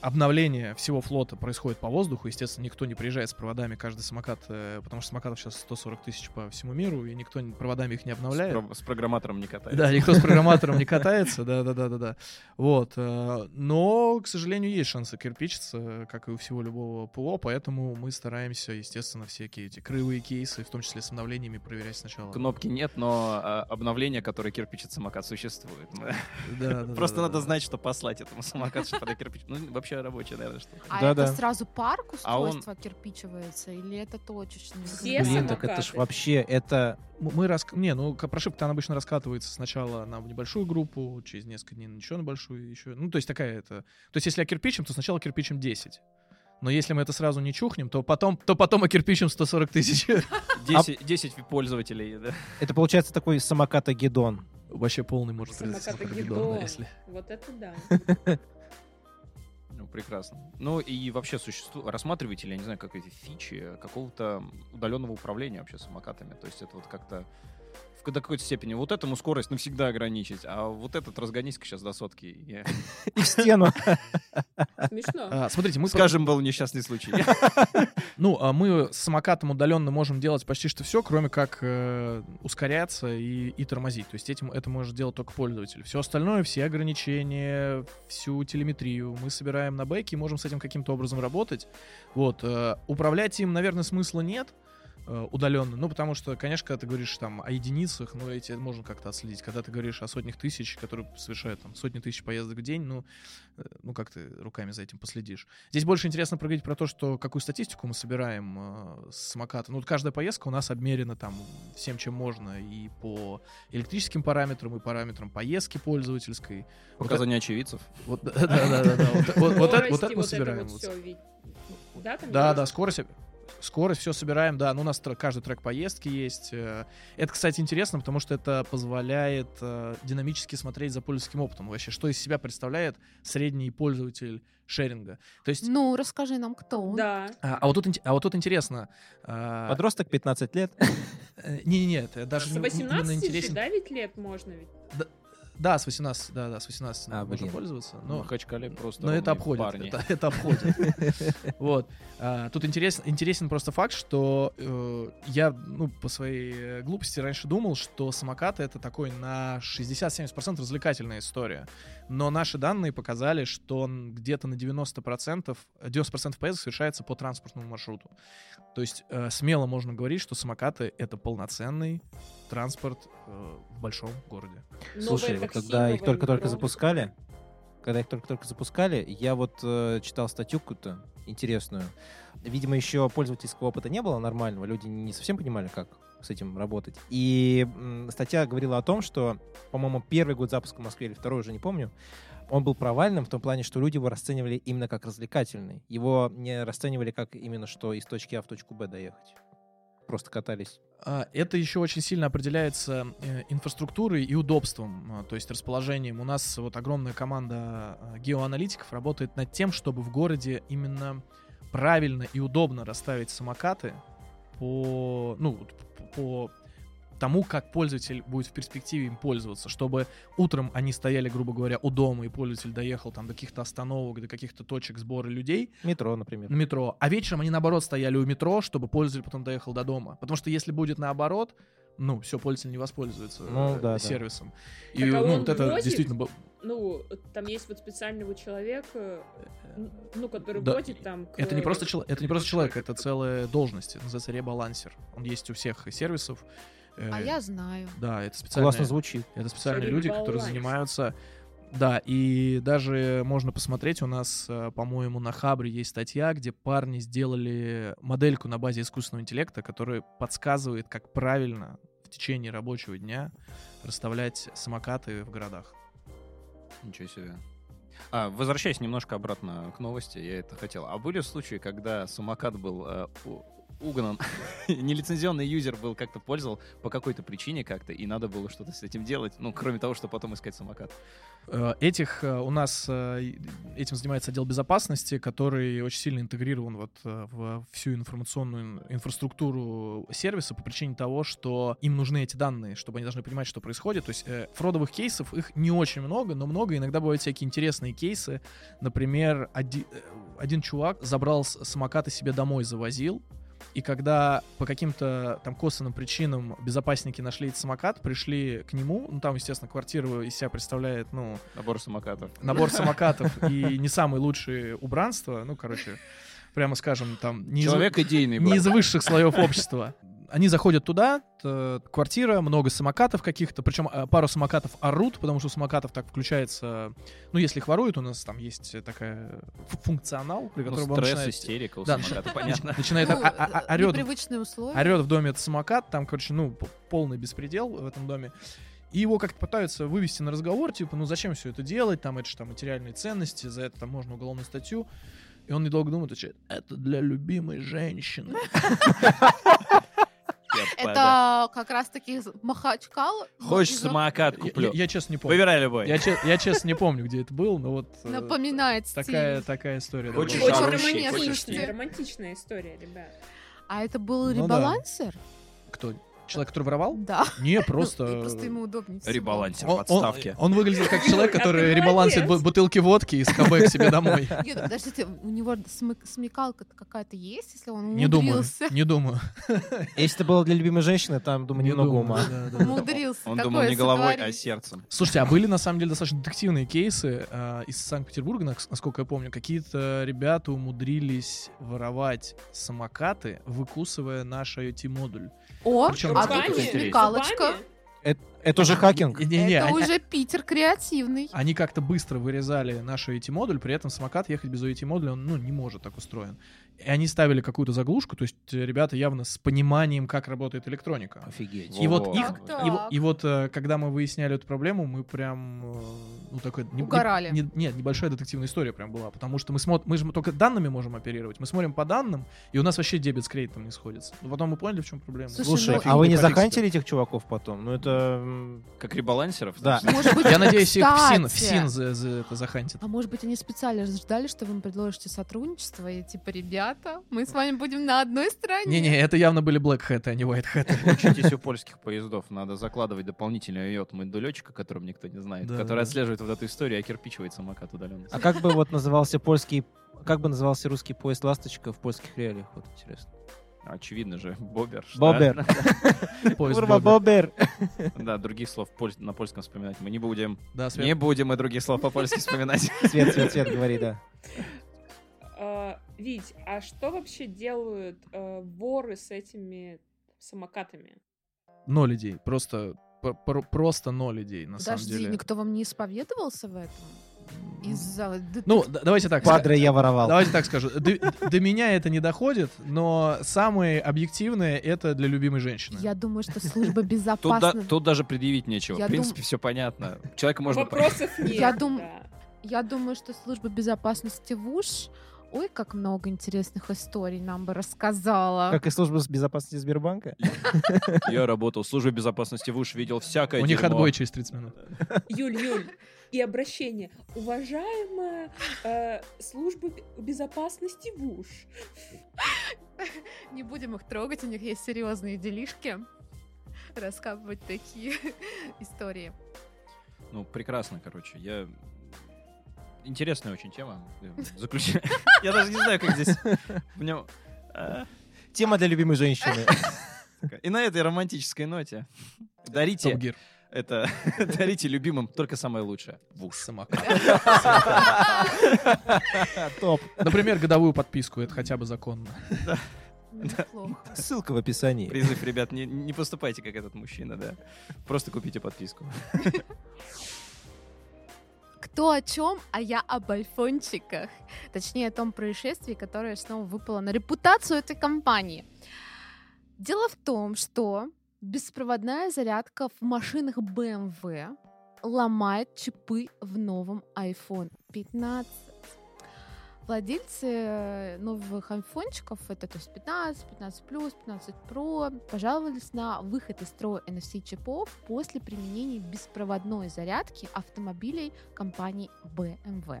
B: обновление всего флота происходит по воздуху. Естественно, никто не приезжает с проводами каждый самокат, э, потому что самокатов сейчас 140 тысяч по всему миру, и никто не- проводами их не обновляет.
D: С программатором не катается.
B: Да, никто с программатором не катается, да, да, да, да, да. Вот. э, Но, к сожалению, есть шансы кирпичиться, как и у всего любого ПО, поэтому мы стараемся, естественно, всякие эти крылые кейсы, в том числе с обновлениями, проверять сначала.
D: Кнопки нет, но э, обновление, которое кирпичит самокат, существует.
B: Да, да, да,
D: Просто
B: да,
D: надо
B: да.
D: знать, что послать этому самокату, чтобы она кирпич... Ну, вообще рабочая, наверное, что
A: А
E: Да-да.
A: это сразу парк
D: А он-
A: устройства кирпичивается или это точечно?
C: Все
E: Блин, так это ж
C: самокаты.
E: вообще, это...
B: М- Мы рас... Не, ну к- прошивка она обычно раскатывается сначала на небольшую группу, через несколько дней на еще на большую, еще. Ну, то есть такая это. То есть, если я кирпичем, то сначала кирпичем 10. Но если мы это сразу не чухнем, то потом, то потом окирпичим 140 тысяч.
D: 10, 10 пользователей, да.
E: Это получается такой самоката-гедон.
B: Вообще полный может
C: Самокат
B: произойти
C: и
B: самокат-гедон,
C: гидон.
B: да, если.
C: Вот это да.
D: Ну, прекрасно. Ну и вообще существует, рассматриваете ли, я не знаю, как эти фичи э, какого-то удаленного управления вообще самокатами? То есть это вот как-то в до какой-то степени вот этому скорость навсегда ограничить, а вот этот разгонись-ка сейчас до сотки. и-
E: И в стену.
C: Смешно.
B: А, смотрите, мы про-
D: Скажем, был несчастный случай.
B: Ну, а мы с самокатом удаленно можем делать почти что все, кроме как э, ускоряться и, и тормозить. То есть этим это может делать только пользователь. Все остальное, все ограничения, всю телеметрию мы собираем на бэке и можем с этим каким-то образом работать. Вот. э, управлять им, наверное, смысла нет удаленно. Ну, потому что, конечно, когда ты говоришь там о единицах, ну, эти можно как-то отследить. Когда ты говоришь о сотнях тысяч, которые совершают там сотни тысяч поездок в день, ну, э, ну, как ты руками за этим последишь. Здесь больше интересно проговорить про то, что какую статистику мы собираем э, с самоката. Ну, вот каждая поездка у нас обмерена там всем, чем можно, и по электрическим параметрам, и параметрам поездки пользовательской.
D: Показания очевидцев.
B: Вот, да-да-да-да. Вот, вот это вот это
C: Скорости,
B: мы собираем.
C: вот
B: Вот.
C: всё, ведь. Да, там
B: Да,
C: есть?
B: да, скорость. Скорость, все собираем, да. Ну, у нас тр- каждый трек поездки есть. э. Это, кстати, интересно, потому что это позволяет э, динамически смотреть за пользовательским опытом. Вообще, что из себя представляет средний пользователь шеринга. То есть...
A: Ну, расскажи нам, кто он.
C: Да.
B: А, а вот тут, инте- а вот тут интересно. а,
E: Подросток 15 лет.
B: э, Не-не-не, это даже
C: А С
B: не- именно
C: 18 еще,
B: интересен-
C: да, ведь лет можно ведь?
B: Да, с 18, да, да, с 18
E: А,
B: можно
E: блин.
B: пользоваться.
D: Ну, в
B: Но,
D: Махачкале просто
B: но это
D: ровные
B: обходит.
D: парни.
B: Это, это обходит. Вот. А, Тут интересен, интересен просто факт, что э, я, ну, по своей э, глупости раньше думал, что самокаты это такой на 60-70% развлекательная история. Но наши данные показали, что он где-то на 90%, 90% поездок совершается по транспортному маршруту. То есть э, смело можно говорить, что самокаты это полноценный транспорт э, в большом городе.
E: Слушай,
C: Новое
E: вот
C: такси,
E: когда их
C: новое
E: только-только
C: метро.
E: запускали, когда их только-только запускали, я вот э, читал статью какую-то интересную. Видимо, еще пользовательского опыта не было нормального, люди не совсем понимали, как с этим работать. И м, статья говорила о том, что, по-моему, первый год запуска в Москве или второй, уже не помню, он был провальным в том плане, что люди его расценивали именно как развлекательный. Его не расценивали как именно, что из точки А в точку Б доехать. Просто катались.
B: А, Это еще очень сильно определяется э, инфраструктурой и удобством, а, то есть расположением. У нас вот огромная команда а, геоаналитиков работает над тем, чтобы в городе именно правильно и удобно расставить самокаты по, ну, вот п- по тому, как пользователь будет в перспективе им пользоваться, чтобы утром они стояли, грубо говоря, у дома, и пользователь доехал там до каких-то остановок, до каких-то точек сбора людей,
E: Метро, например.
B: на метро. А вечером они, наоборот, стояли у метро, чтобы пользователь потом доехал до дома. Потому что если будет наоборот, ну, все, пользователь не воспользуется
E: Ну,
B: э,
E: да, да.
B: сервисом. И,
C: Так, а
B: ну,
C: он
B: вот это
C: возит?
B: действительно... бо-
C: Ну, там есть вот специального человека, ну, который
B: Да.
C: водит там... к-
B: Это не, просто чел- это не просто человек, это целая должность. Это называется ребалансер. Он есть у всех сервисов. Э,
A: А я знаю.
B: Да, это специально...
E: Классно звучит.
B: Это специальные люди,
C: Ребаланс.
B: которые занимаются. Да, и даже можно посмотреть, у нас, э, по-моему, на Хабре есть статья, где парни сделали модельку на базе искусственного интеллекта, которая подсказывает, как правильно в течение рабочего дня расставлять самокаты в городах.
D: Ничего себе. А, возвращаясь немножко обратно к новости, я это хотел. А были случаи, когда самокат был э, у- угнан, нелицензионный юзер был как-то пользовал по какой-то причине как-то, и надо было что-то с этим делать, ну, кроме того, что потом искать самокат.
B: Э, Этих э, у нас э, и- этим занимается отдел безопасности, который очень сильно интегрирован вот э, в всю информационную инфраструктуру сервиса по причине того, что им нужны эти данные, чтобы они должны понимать, что происходит. То есть э, фродовых кейсов их не очень много, но много. Иногда бывают всякие интересные кейсы. Например, оди- э, один чувак забрал с- самокаты себе домой, завозил. И когда по каким-то там косвенным причинам безопасники нашли этот самокат, пришли к нему, ну там, естественно, квартира из себя представляет, ну,
D: Набор самокатов.
B: набор самокатов и не самые лучшие убранства, ну, короче, прямо скажем, там... Не из-
D: Человек идейный был.
B: не из высших слоев общества. Они заходят туда, т- квартира, много самокатов каких-то, причем э, пару самокатов орут, потому что у самокатов так включается, ну, если их воруют, у нас там есть такая ф- функционал, при
D: Ну,
B: котором он
D: стресс,
B: начинает-
D: истерика у
B: Да,
D: самоката,
B: начи-
D: понятно.
B: начинает
A: Ну,
B: о- о-
A: э,
B: орёт
A: непривычные условия.
B: орет в доме этот самокат, там, короче, ну, п- полный беспредел в этом доме. И его как-то пытаются вывести на разговор, типа, ну зачем все это делать, там это же там материальные ценности, за это там можно уголовную статью. И он недолго думает, отвечает, это для любимой женщины.
D: Я пода-
A: Это как раз таки из Махачкал.
D: Хочешь
A: из-
D: самокат,
B: Я,
D: куплю.
B: я- я честно не помню.
D: Выбирай любой.
B: Я, че- я честно не помню, где это был, но вот э,
A: Напоминает стиль.
B: такая, такая история. да,
D: Хочешь
B: была.
A: Очень
D: орущий,
A: романесный.
D: хочешь
A: Слушайте.
C: Романтичная, романтичная история, ребят.
A: А это был
B: Ну да.
A: ребалансер?
B: Кто? Человек, который воровал?
A: Да.
B: Не,
A: Ну,
B: просто...
A: и просто ему удобнее. всего.
D: Ребалансер
B: Он,
D: в
B: он-
D: отставке.
B: он выглядел как человек,
C: Ой, а ты
B: который ребалансит бу-
C: молодец.
B: бутылки водки из КБ к себе домой.
A: Нет, ну, подождите, у него смы- смекалка-то какая-то есть, если он
B: Не думаю,
A: умудрился?
B: не думаю.
E: Если это было для любимой женщины, там, думаю, немного
B: думаю,
E: ума.
B: да, да, да.
A: Умудрился.
D: Он
A: такое
D: думал не головой, а
A: сотворить.
D: сердцем.
B: Слушайте, а были на самом деле достаточно детективные кейсы э, из Санкт-Петербурга, нак- насколько я помню. Какие-то ребята умудрились воровать самокаты, выкусывая наш IoT-модуль.
A: О,
B: Причем
A: а
B: насколько
A: тут
B: это
C: А
A: и
B: интересно.
A: смекалочка.
C: Зубами?
E: Это, Это уже хакинг.
B: Не-не-не,
A: Это
B: они-
A: уже Питер креативный.
B: Они как-то быстро вырезали нашу ET-модуль, при этом самокат ехать без ET-модуля, он, ну, не может так устроен. И они ставили какую-то заглушку, то есть э, ребята явно с пониманием, как работает электроника.
E: Офигеть.
B: И вот,
D: Во.
B: их,
A: Так-так.
B: и, во- и вот э, когда мы выясняли эту проблему, мы прям э, ну такой не- не-
A: Угорали.
B: не- нет, небольшая детективная история прям была, потому что мы смотрим, мы же только данными можем оперировать, мы смотрим по данным, и у нас вообще дебет с кредитом не сходится. Но потом мы поняли, в чем проблема.
A: Слушай,
E: Слушай,
A: ну-
E: а вы не
B: Офигенный
E: захантили этих чуваков потом? Ну это... м,
D: Как ребалансеров?
E: Да.
D: собственно.
A: Может быть,
B: Я надеюсь, их в СИН, в
A: кстати.
B: СИН за, за это захантит.
A: А может быть, они специально ждали, что вы им предложите сотрудничество, и типа, ребята, мы с вами будем на одной стороне.
B: Не-не, это явно были Black Hat, а не White Hat.
D: Учитесь у польских поездов. Надо закладывать дополнительный йод летчика, которым никто не знает,
B: Да,
D: который
B: да.
D: отслеживает вот эту историю, а кирпичивает самокат удаленно.
E: А как бы вот назывался польский... Как бы назывался русский поезд «Ласточка» в польских реалиях? Вот интересно.
D: Очевидно же, бобер. что-
E: Бобер.
B: Поезд
E: Курва,
B: Бобер.
E: Бобер.
D: Да, других слов поль- на польском вспоминать мы не будем.
B: Да, Свет,
D: Не будем мы других слов по-польски вспоминать.
E: Цвет, цвет, цвет, говори, да.
C: А, Вить, а что вообще делают э, воры с этими самокатами?
B: ноль людей. Просто пр- пр- просто ноль людей, на самом
A: Подожди,
B: деле.
A: никто вам не исповедовался в этом? Из-за... да
B: Ну, д- давайте так. ска-
E: Падре я воровал.
B: Давайте так скажу. До, до меня это не доходит, но самое объективное это для любимой женщины.
A: Я думаю, что служба
D: Тут, да-
A: безопасности...
D: тут даже предъявить нечего.
A: Я
D: в принципе, все понятно. Человека можно понять.
C: Вопросов нет.
A: Я дум-
C: да.
A: Я думаю, что служба безопасности ВУШ... Ой, как много интересных историй нам бы рассказала.
E: Как и служба с безопасности Сбербанка.
D: Я работал в службе безопасности в уж видел всякое
B: У них
D: дерьмо.
B: отбой через 30 минут.
C: Юль, Юль, и обращение. Уважаемая э, служба бе- безопасности ВУШ.
A: Не будем их трогать, у них есть серьезные делишки. Раскапывать такие истории.
D: Ну, прекрасно, короче. Я... Интересная очень тема. Заключение. Я даже не знаю, как здесь... В нем... А,
E: Тема для любимой женщины.
D: И на этой романтической ноте.
B: Топ
D: Дарите
B: Гир.
D: это... Дарите любимым только самое лучшее. В уш.
B: Самокат.
E: Топ.
B: Например, годовую подписку, это хотя бы законно.
A: Неплохо.
E: Ссылка в описании.
D: Призыв, ребят, не, не поступайте, как этот мужчина, да. Просто купите подписку.
A: Кто о чем, а я об айфончиках. Точнее, о том происшествии, которое снова выпало на репутацию этой компании. Дело в том, что беспроводная зарядка в машинах BMW ломает чипы в новом iPhone 15. Владельцы э, новых айфончиков, это то есть 15, 15 плюс, 15 Pro, пожаловались на выход из строя NFC чипов после применения беспроводной зарядки автомобилей компании BMW.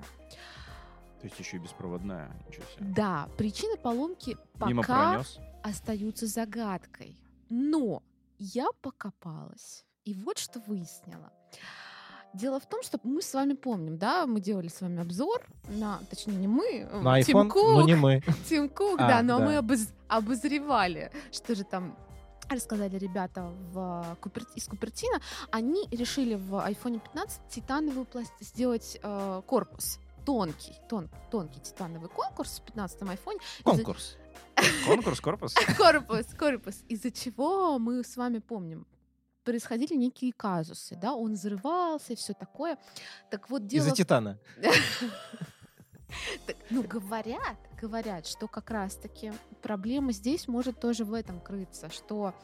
D: То есть еще и беспроводная. Ничего себе.
A: Да, причины поломки
D: Мимо
A: пока
D: пронес.
A: остаются загадкой. Но я покопалась, и вот что выяснила. Дело в том, что мы с вами помним, да, мы делали с вами обзор на, точнее, не мы, э,
E: На
A: Тим
E: iPhone, но
A: Кук,
E: не мы.
A: Тим Кук,
E: А,
A: да, но
E: да.
A: мы обоз- обозревали, что же там рассказали ребята в, э, Купер- из Купертина, они решили в iPhone 15 титановую пласт... сделать э, корпус тонкий, тон- тонкий титановый конкурс в 15-м iPhone,
E: Конкурс.
D: Конкурс, корпус.
A: корпус, корпус, из-за чего мы с вами помним, происходили некие казусы, да, он взрывался и все такое. Так вот дело
E: Из-за
A: в
E: Титана.
A: Так, Ну, говорят, говорят, что как раз-таки проблема здесь может тоже в этом крыться, что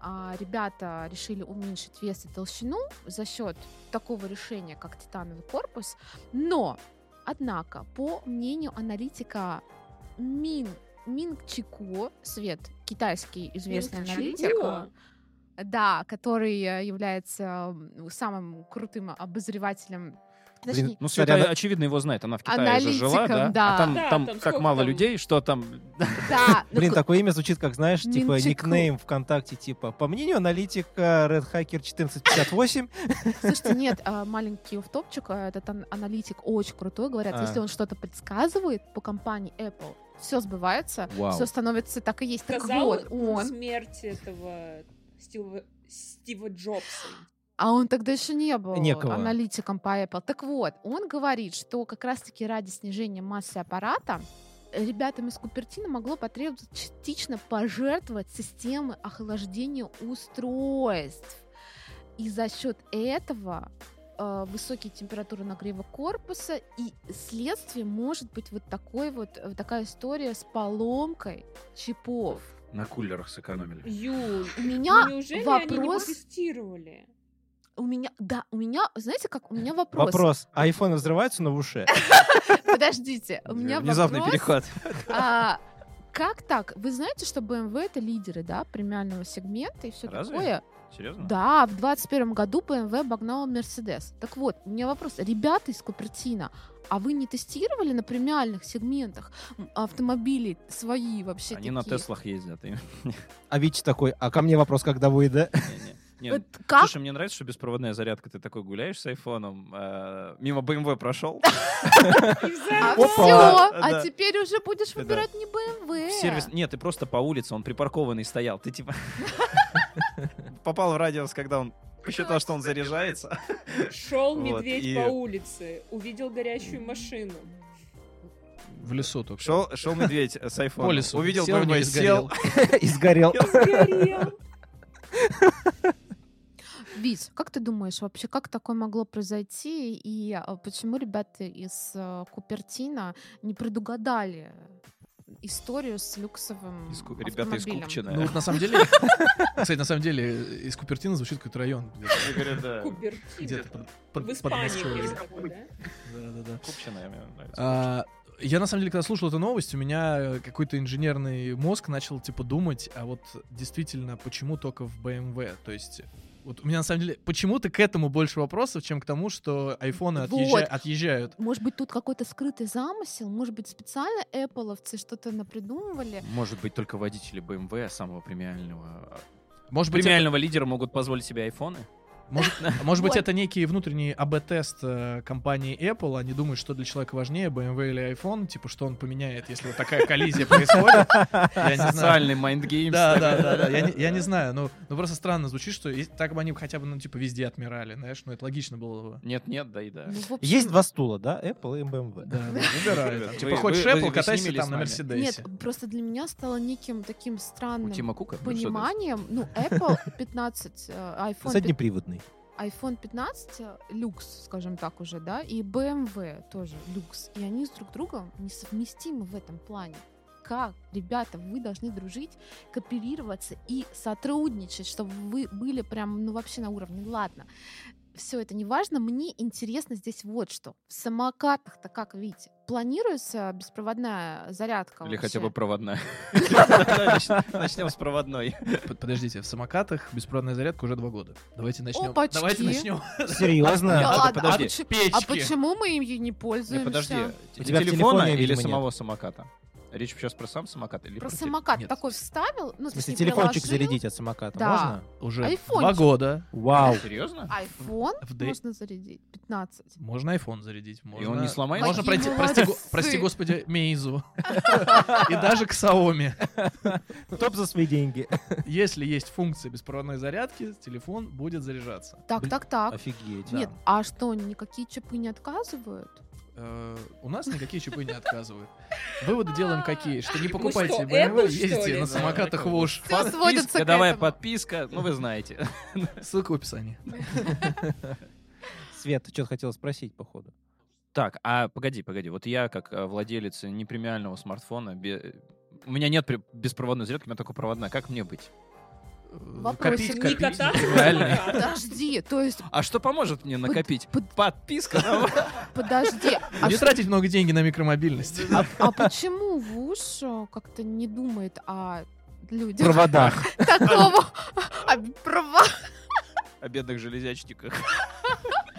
A: а, ребята решили уменьшить вес и толщину за счет такого решения, как титановый корпус, но, однако, по мнению аналитика Мин Минг Чико, Свет, китайский известный
C: Минг
A: аналитик,
C: Чико?
A: да, который э, является м, самым крутым обозревателем,
E: Блин,
A: точнее,
D: Ну,
E: Смотри,
D: Света,
E: она-
D: очевидно, его знает. Она в Китае же жила, да?
A: Аналитиком, да.
D: А там,
C: Да,
D: там
C: там
D: так
C: сколько
D: мало
C: там?
D: людей, что там...
A: да, ну,
E: Блин,
A: к-
E: такое имя звучит, как, знаешь, типа
A: Минчику.
E: никнейм ВКонтакте, типа, по мнению аналитика Red Hacker 1458,
A: Слушайте, нет, а, маленький уфтопчик, а, этот ан- аналитик очень крутой, говорят,
E: А.
A: если он что-то предсказывает по компании Apple, все сбывается,
E: Вау.
A: все становится так и есть. Так
C: Сказал
A: вот, он.
C: смерть этого Стива, Стива Джобса.
A: А он тогда еще не был
E: Некого.
A: аналитиком по Apple. Так вот, он говорит, что как раз-таки ради снижения массы аппарата э, ребятам из Купертина могло потребоваться частично пожертвовать системы охлаждения устройств. И за счет этого э, высокие температуры нагрева корпуса, и следствием может быть вот такой вот э, такая история с поломкой чипов.
D: На кулерах сэкономили.
C: Юль,
A: У меня
C: ну неужели они не
A: вопрос,
C: протестировали?
A: у меня, да, у меня, знаете, как у меня вопрос.
E: Вопрос. Айфоны взрываются, но в уше.
A: Подождите, у меня
D: Внезапный
A: вопрос.
D: переход.
A: А, как так? Вы знаете, что BMW это лидеры, да, премиального сегмента и все
D: Разве? Хм.
A: такое?
D: Серьезно?
A: Да, в 21 году BMW обогнала Mercedes. Так вот, у меня вопрос. Ребята из Купертино, а вы не тестировали на премиальных сегментах м, автомобилей свои вообще
D: Они
A: такие?
D: на Теслах ездят. и-
E: А Вич такой, а ко мне вопрос, когда выйдет?
D: Не-не. Не,
A: Вот как?
D: Слушай, мне нравится, что беспроводная зарядка. Ты такой гуляешь с айфоном, э, мимо BMW
C: И
D: прошел,
A: А
C: взорвали.
E: Опа!
A: все, а
D: Да.
A: теперь уже будешь
D: Да.
A: выбирать не BMW.
D: в сервис... Нет, ты просто по улице, он припаркованный стоял. Ты типа попал в радиус, когда он посчитал, что он заряжается.
C: Шел
D: Вот,
C: медведь
D: и-
C: по улице, увидел горящую машину.
B: В лесу только.
D: Шел, шел медведь э, с айфоном.
B: По лесу.
D: Увидел
B: Сел в
D: BMW,
B: ней и
D: сел.
B: сгорел.
E: И сгорел.
C: Я сгорел.
A: Вить, как ты думаешь вообще, как такое могло произойти и а, почему ребята из э, Купертино не предугадали историю с люксовым
D: Из Ку- Ребята из
A: автомобилем?
D: Купчина.
B: Ну вот на самом деле, кстати, на самом деле из Купертина звучит какой-то район где-то-
D: Я говорю, да.
B: где-то
C: Кубертин.
B: под- под
C: В
B: под
C: Испании.
B: Москвой.
C: есть такой, да?
B: Да-да-да.
D: Купчина, мне нравится.
B: А, Я на самом деле, когда слушал эту новость, у меня э, какой-то инженерный мозг начал типа думать, а вот действительно, почему только в BMW? То есть, вот у меня на самом деле почему-то к этому больше вопросов, чем к тому, что айфоны
A: Вот.
B: отъезжа- отъезжают.
A: Может быть, тут какой-то скрытый замысел? Может быть, специально Эппловцы что-то напридумывали?
D: Может быть, только водители BMW самого премиального
B: Может быть, это,
D: премиального лидера могут позволить себе айфоны?
B: может, может быть,
A: Вот.
B: это некий внутренний АБ-тест э, компании Apple. Они думают, что для человека важнее, BMW или iPhone, типа, что он поменяет, если вот такая коллизия происходит. Я не знаю.
D: Социальный майндгеймс.
B: Да, да, да, да. Я, не- я не знаю, ну, ну просто странно звучит, что и- так бы они хотя бы, ну, типа, везде отмирали, знаешь, ну это логично было бы.
D: Нет, нет, да и да.
A: Ну, в общем,
E: Есть два стула, да? Apple и BMW.
B: Да, да, выбирают.
D: Ребят,
B: Типа,
D: вы-
B: хочешь
D: вы- вы-
B: Apple,
D: вы
B: катайся
D: снимились
B: там на
D: с
B: Мерседесе.
A: Нет, просто для меня стало неким таким
D: У
A: странным
D: Тима Кука? ну, что это?
A: пониманием. Ну, Apple 15, э, iPhone, пят-
E: Заднеприводный.
A: iPhone 15 э, люкс, скажем так уже, да, и BMW тоже люкс. И они с друг другом несовместимы в этом плане. Как, ребята, вы должны дружить, кооперироваться и сотрудничать, чтобы вы были прям, ну, вообще на уровне. Ладно, все это не важно. Мне интересно здесь вот что. В самокатах-то как, видите, планируется беспроводная зарядка
D: Или хотя бы
A: вообще?
D: проводная. Начнем с проводной.
B: Под- Подождите, в самокатах беспроводная зарядка уже два года. Давайте начнем.
A: Опачки.
B: Давайте начнем.
A: Да
E: Серьезно?
A: ладно,
D: подожди,
A: а, поч-
B: печки.
A: а почему мы им ей не пользуемся?
D: Не, подожди.
E: У тебя в
D: Телефона
E: телефоне,
D: или
E: видимо, нет.
D: самого самоката? Речь сейчас про сам самокат или
A: Про
D: те-
A: самокат
B: Нет.
A: такой вставил, ну,
E: В
A: точнее,
E: смысле, телефончик
A: приложил.
E: зарядить от самоката
A: Да.
E: можно?
B: Уже
A: Айфончик.
B: два года.
E: Вау.
D: Серьезно?
A: Айфон
B: В дей-
A: можно зарядить 15.
B: Можно iPhone зарядить. Можно...
D: он не сломается?
B: Можно
A: Какие
B: пройти, прости, го-
A: молодцы.
B: прости господи, Мейзу. И даже к Xiaomi.
E: Топ за свои деньги.
B: Если есть функция беспроводной зарядки, телефон будет заряжаться.
A: Так,
B: Блин,
A: так, так.
E: Офигеть.
A: Нет, а что, никакие чипы не отказывают?
B: э, У нас никакие чипы не отказывают. Выводы делаем какие? Что не
C: А, что,
B: покупайте
C: Apple,
B: BMW,
C: что ли?
B: ездите на
C: Да,
B: самокатах в уж.
A: Всё сводится
D: Подписка,
A: к
D: давай
A: этому.
D: подписка, ну вы знаете.
B: Ссылка в описании. Э,
E: Свет, ты что-то хотела спросить, походу.
D: Так, а погоди, погоди, вот я как э, владелец непремиального смартфона, бе- у меня нет пре- беспроводной зарядки, у меня только проводная. Как мне быть?
B: Э,
A: Вопросик.
B: Копить,
A: Не
C: Не а
B: копить.
C: кататься на
D: реально.
C: самокатах.
A: Подожди, то есть,
D: А что поможет мне накопить?
A: под-
D: Подписка. на-
A: подожди. А,
B: Не
A: ш-
B: тратить много денег на микромобильность.
A: а почему ВУШ э, как-то не думает о людях
E: проводах.
A: такого? О права-
D: О бедных железячниках.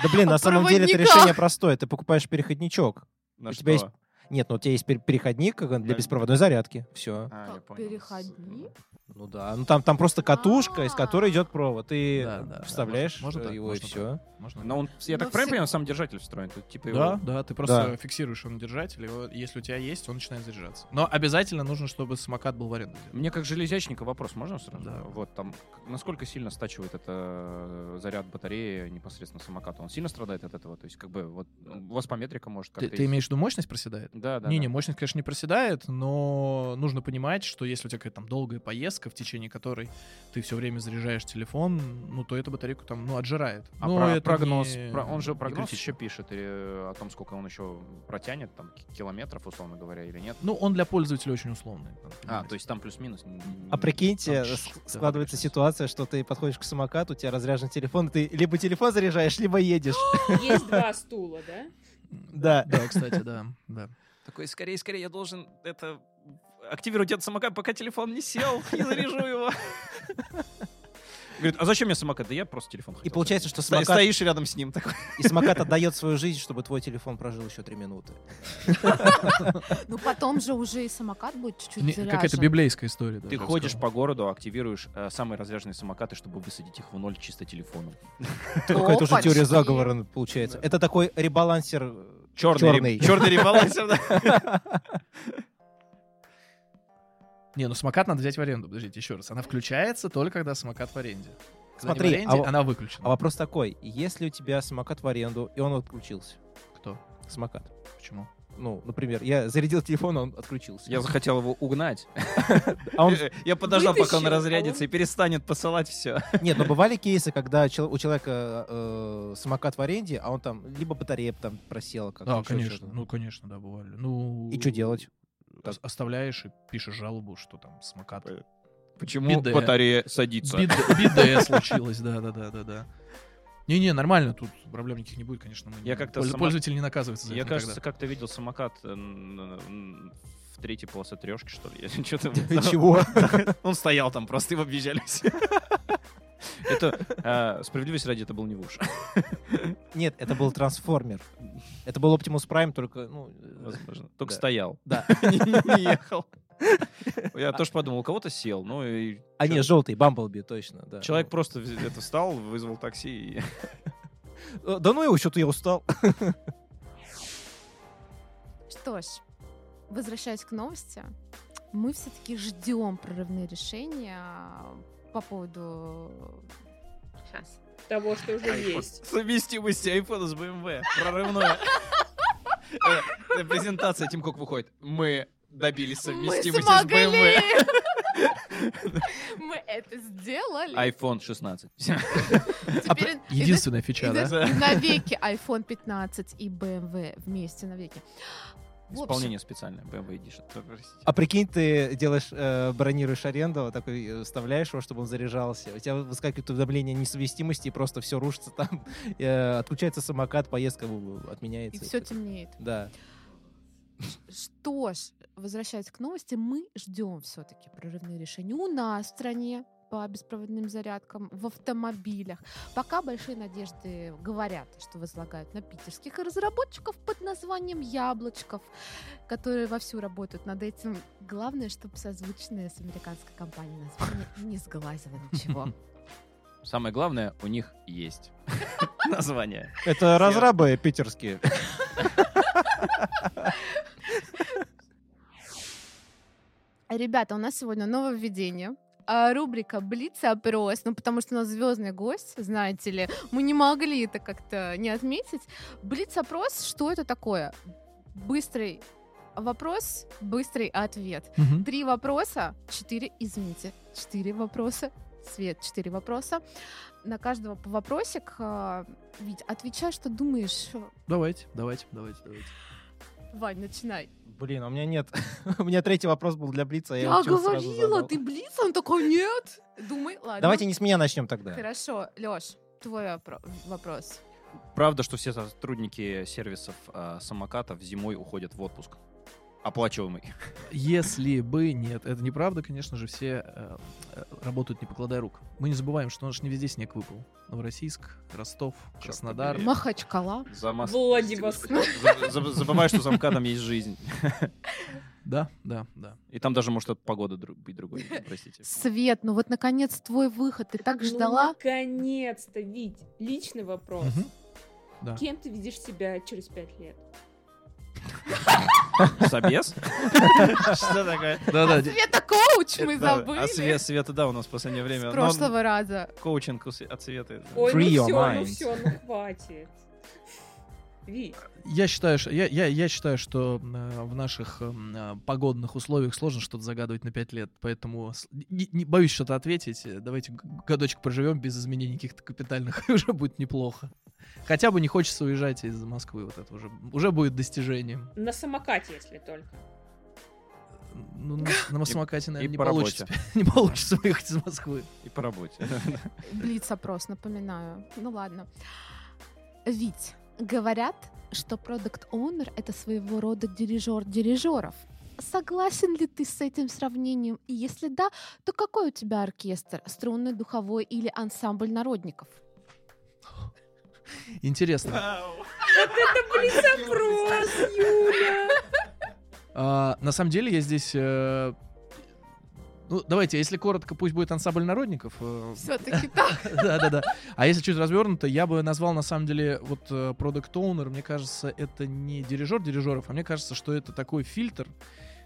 E: Да блин, на самом деле это
A: Проводниках.
E: решение простое. Ты покупаешь переходничок.
D: На
E: У тебя есть-
D: что?
E: Нет, ну у тебя есть пер- переходник как он, для
D: Да.
E: беспроводной зарядки. Все.
D: А, я
A: Как
D: понял.
A: переходник?
E: Ну да, ну там, там просто катушка, из которой идет провод. Ты
B: Да, да, да,
E: вставляешь
B: можно- можно
E: э,
B: так,
E: его и
B: можно
E: все.
B: Можно.
D: Ну, Но он, я
A: Но
D: так правильно
A: все-
D: понимаю, сам держатель встроен? Тут, типа его-
B: Да, да, ты просто
E: Да.
B: фиксируешь он держатель, и вот если у тебя есть, он начинает заряжаться. Но обязательно нужно, чтобы самокат был в аренду. взят.
D: Мне как железячника вопрос можно сразу?
B: Да.
D: Вот там, к- насколько сильно стачивает это э, заряд батареи непосредственно самоката? Он сильно страдает от этого? То есть как бы вот ну, у вас по метрикам может
B: Ты,
D: как-то...
B: ты
D: есть-
B: имеешь в виду мощность проседает?
D: Да, да.
B: Не-не, мощность, конечно, не проседает, но нужно понимать, что если у тебя какая-то там долгая поездка, в течение которой ты все время заряжаешь телефон, ну, то эта батарейку там, ну, отжирает.
D: А
B: Но
D: про-
B: это
D: прогноз,
B: не-
D: про- он же
B: не
D: прогноз
B: критично.
D: еще пишет э, о том, сколько он еще протянет, там, к- километров, условно говоря, или нет.
B: Ну, он для пользователя очень условный. надо
D: А,
B: понимать.
D: то есть там плюс-минус. н- н-
E: А прикиньте,
D: там
E: с-
D: ш- да,
E: складывается
D: плюс-минус.
E: ситуация, что ты подходишь к самокату, у тебя разряжен телефон, и ты либо телефон заряжаешь, либо едешь.
C: Есть два стула, да?
E: Да.
B: Да, кстати, да, да.
D: Такой, скорее, скорее, я должен это активировать этот самокат, пока телефон не сел, и заряжу его. Говорит, а зачем мне самокат? Да я просто телефон хотел.
E: И получается, что
D: Ста-
E: самокат,
D: стоишь рядом с ним такой.
E: и самокат отдает свою жизнь, чтобы твой телефон прожил еще три минуты.
A: Ну, потом же уже и самокат будет
B: Не-
A: чуть-чуть
B: Какая-то
A: заряжен.
B: библейская история. даже,
D: Ты
B: я бы
D: ходишь
B: сказал.
D: по городу, активируешь э, самые разряженные самокаты, чтобы высадить их в ноль чисто телефоном.
E: Какая-то уже
A: Опачки.
E: теория заговора получается. Это такой ребалансер э, черный.
D: Черный ребалансер, да.
B: Не, ну самокат надо взять в аренду, подождите, еще раз. Она включается только когда самокат в аренде. Когда не
E: Смотри,
B: в аренде,
E: а-
B: она
E: А
B: выключена.
E: вопрос такой, если у тебя самокат в аренду, и он отключился,
B: Кто?
E: самокат,
B: Почему?
E: ну, например, я зарядил телефон, а он отключился.
D: Я захотел его угнать.
E: А он-
D: Я подождал, пока
C: Вытащил,
D: он
C: а он-
D: разрядится и перестанет посылать все.
E: Нет, но бывали кейсы, когда чел- у человека э, самокат в аренде, а он там, либо батарея там просела как-то.
B: Да,
E: еще
B: конечно.
E: что-то.
B: Ну, конечно, да, бывали. Ну,
E: И что делать?
B: ос- Оставляешь и пишешь жалобу, что там самокат.
D: Э, Почему
B: Биде.
D: батарея садится?
B: Биде случилось, да, да, да, да, да. Не-не, нормально, тут проблем никаких не будет, конечно. мы не-
D: Я как-то
B: польз-
D: сама-
B: Пользователь не наказывается за
D: Я,
B: это
D: кажется,
B: никогда.
D: как-то видел самокат э, н- н- в третьей полосе трешки, что ли. Я чё-то-
E: Чего?
D: Он стоял там, просто его объезжали все. Это, э, справедливость ради, это был не Вуш.
E: Нет, это был трансформер. Это был Optimus Prime, только, ну, э,
D: Возможно. Только
E: Да.
D: стоял.
E: Да.
D: Не не ехал. Я тоже подумал, у кого-то сел. Ну, и
E: а не, желтый, Бамблби, точно, да.
D: человек просто вз- это встал, вызвал такси. и-
E: Э, Да ну его, что-то я устал.
A: Что ж, возвращаясь к новости, мы все-таки ждем прорывные решения по поводу... Сейчас.
C: Того, что уже есть.
D: Совместимость айфона с BMW. Прорывное. Э, Презентация Тим Кук выходит. Мы добились совместимости с эм BMW.
A: Мы это сделали!
D: iPhone 16. а,
A: Теперь
B: А, Единственная
A: и
B: фича,
A: на-
B: да?
A: и навеки iPhone 15 и BMW вместе навеки. В общем,
D: Исполнение специальное, BMW Edition. Простите.
E: А прикинь, ты делаешь, э, бронируешь аренду, такой э, вставляешь его, чтобы он заряжался. У тебя выскакивает уведомление о несовместимости, и просто все рушится там. Э, Отключается самокат, поездка э,
A: и
E: отменяется.
A: все темнеет.
E: Да.
A: Что ж, возвращаясь к новости, мы ждем все-таки прорывные решения у нас в стране по беспроводным зарядкам в автомобилях. Пока большие надежды говорят, что возлагают на питерских разработчиков под названием «Яблочков», которые вовсю работают над этим. Главное, чтобы созвучное с американской компанией название не сглазило ничего.
D: Самое главное, у них есть название.
E: Это разрабы питерские.
A: Ребята, у нас сегодня нововведение. А, Рубрика Блиц-опрос, ну потому что у нас звездный гость, знаете ли, мы не могли это как-то не отметить. Блиц-опрос, что это такое? Быстрый вопрос, быстрый ответ.
B: Мгм.
A: Три вопроса, четыре, извините, четыре вопроса, Свет, четыре вопроса. На каждого по вопросик. а, Вить, отвечай, что думаешь.
B: Давайте, давайте, давайте, давайте.
A: Вань, начинай.
E: Блин, а у меня нет. У меня третий вопрос был для Блица. Я,
A: Я,
E: его почему-то сразу
A: говорила,
E: задал.
A: ты ну. Блиц? Он такой, нет. Думай, ладно.
E: Давайте не с меня начнем тогда.
A: Хорошо, Лёш, твой вопро- вопрос.
D: Правда, что все сотрудники сервисов э, самокатов зимой уходят в отпуск. Оплачиваемый.
B: Если бы нет, это неправда, конечно же, все э, э, работают не покладая рук. Мы не забываем, что у нас же не везде снег выпал. Новороссийск, Ростов, Краснодар.
D: побери.
A: Махачкала.
D: Замас...
C: Владивосток.
D: Господи, заб- заб- Забывай, что за МКАДом есть жизнь.
B: Да, да, да.
D: И там даже может погода дру- быть другой, простите.
A: Свет, ну вот наконец твой выход. Ты так ждала.
C: Ну, наконец-то, Вить, личный вопрос.
B: Мгм. Да.
C: Кем ты видишь себя через пять лет?
D: Собес? Что такое?
B: Да, да.
A: Света коуч мы
D: Да,
A: забыли.
D: А све- Света, да, у нас в последнее
A: С
D: время. Но он-
A: прошлого раза.
D: Коучинг у Све- от Светы. да.
C: Ой,
E: Free
C: ну
E: your
C: все, ну
E: mind.
C: все, ну хватит. Ви.
B: Я считаю, что, я, я, я считаю, что э, в наших м, э, погодных условиях сложно что-то загадывать на 5 лет, поэтому с- не, не боюсь что-то ответить. Э, Давайте г- годочек проживем без изменений каких-то капитальных, и уже будет неплохо. Хотя бы не хочется уезжать из Москвы, вот это уже, уже будет достижением.
C: На самокате, если только.
B: Ну, на, на самокате, наверное,
D: и
B: не
D: по
B: получится, не получится выехать из Москвы.
D: И по работе.
A: Блиц-опрос, напоминаю. Ну ладно. Ведь говорят, что продукт оунер это своего рода дирижер дирижеров. Согласен ли ты с этим сравнением? И если да, то какой у тебя оркестр? Струнный, духовой или ансамбль народников?
B: Интересно.
C: Вот это блиц-опрос, Юля!
B: А, на самом деле я здесь... э, ну, давайте, если коротко, пусть будет ансамбль народников. э,
A: Все-таки так.
B: Да-да-да. А если чуть развернуто, я бы назвал на самом деле вот продукт Owner, мне кажется, это не дирижер дирижеров, а мне кажется, что это такой фильтр,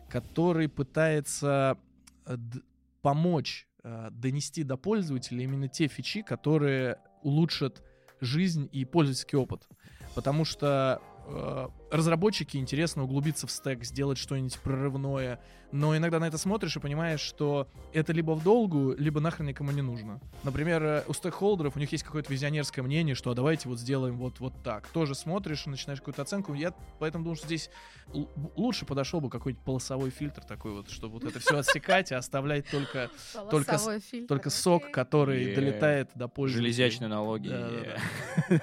B: который пытается э, д- помочь э, донести до пользователя именно те фичи, которые улучшат жизнь и пользовательский опыт. Потому что э, разработчики интересно углубиться в стек, сделать что-нибудь прорывное, но иногда на это смотришь и понимаешь, что это либо в долгу, либо нахрен никому не нужно. Например, э, у стейкхолдеров у них есть какое-то визионерское мнение, что а давайте вот сделаем вот, вот так. Тоже смотришь, начинаешь какую-то оценку. Я поэтому думаю, что здесь л- лучше подошел бы какой-нибудь полосовой фильтр такой вот, чтобы вот это все отсекать и оставлять только, Только с-
A: Голосовой фильтр,
B: только сок,
A: окей.
B: который
D: Е.
B: долетает до пользователя.
D: Железячные налоги.
B: Да-да-да.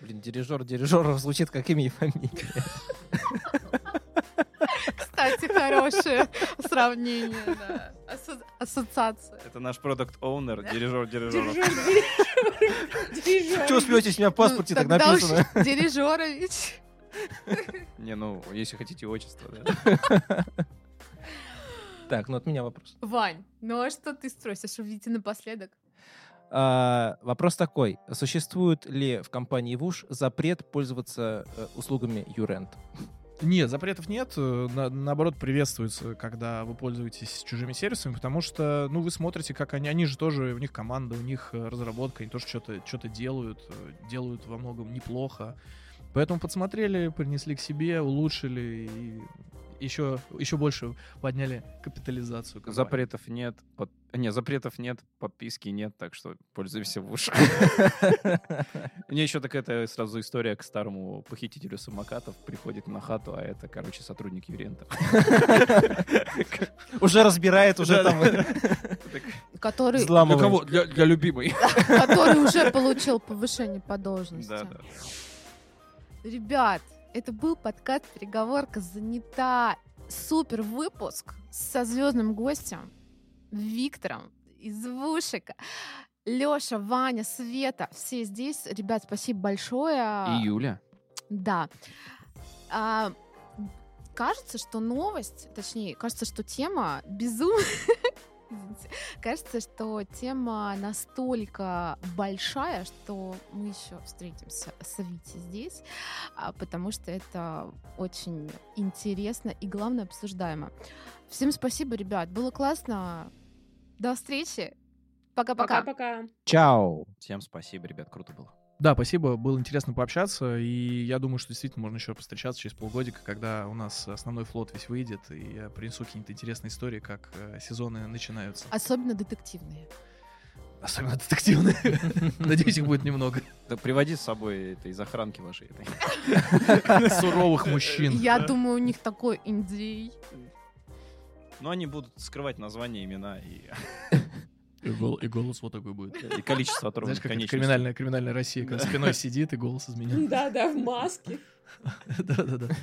E: Блин, дирижер дирижеров звучит как имя и фамилия.
A: Кстати, хорошее сравнение, да. Асо- Ассоциация.
D: Это наш продукт оунер
A: Да.
D: дирижер дирижер.
C: Дирижер, дирижер, дирижер.
E: Чего смеетесь? У меня в паспорте
A: Ну,
E: так
A: тогда уж
E: написано.
A: Дирижерович.
D: Не, ну, если хотите отчество, да.
E: Так, ну от меня вопрос.
A: Вань, ну а что ты спросишь? Увидите напоследок.
E: А, Вопрос такой. Существует ли в компании ВУШ запрет пользоваться э, услугами Юрент?
B: Нет, запретов нет. э, на- наоборот, приветствуется, когда вы пользуетесь чужими сервисами, потому что, ну, вы смотрите, как они, они же тоже, у них команда, у них э, разработка, они тоже что-то что делают, э, делают во многом неплохо. Поэтому подсмотрели, принесли к себе, улучшили и еще, еще больше подняли капитализацию. компании.
D: Запретов нет. под- Не, запретов нет, подписки нет, так что пользуйся в уши. Мне еще так это сразу история к старому похитителю самокатов. Приходит на хату, а это, короче, сотрудник Юрента.
E: Уже разбирает, уже там
A: Который,
B: А
D: Для
E: взламывает.
D: кого? Для, для любимой.
A: который уже получил повышение по должности.
D: Да, да.
A: Ребят, это был подкаст «Переговорка занята». Супер выпуск со звездным гостем Виктором из Вушика. Леша, Ваня, Света, все здесь. Ребят, спасибо большое.
B: А.
D: И Юля.
A: Да. А, кажется, что новость, точнее, кажется, что тема безумная. Извините. Кажется, что тема настолько большая, что мы еще встретимся с Вити здесь, а, потому что это очень интересно и, главное, обсуждаемо. Всем спасибо, ребят. Было классно. До встречи. Пока-пока.
C: Пока-пока.
E: Чао.
D: Всем спасибо, ребят, круто было.
B: Да, спасибо, было интересно пообщаться, и я думаю, что действительно можно еще повстречаться через полгодика, когда у нас основной флот весь выйдет, и я принесу какие-нибудь интересные истории, как э, сезоны начинаются.
A: Особенно детективные.
B: Особенно детективные. Надеюсь, их будет немного.
D: Да приводи с собой это из охранки вашей. этой.
B: Суровых мужчин.
A: Я думаю, у них такой индей.
D: Но они будут скрывать названия, имена и
B: И гол- и голос вот такой будет.
D: и количество
B: Знаешь,
D: оторванных
B: как это
D: конечностей.
B: криминальная, криминальная Россия, как
D: Да.
B: спиной сидит и голос изменен.
C: Да-да, в маске.
B: Да-да-да.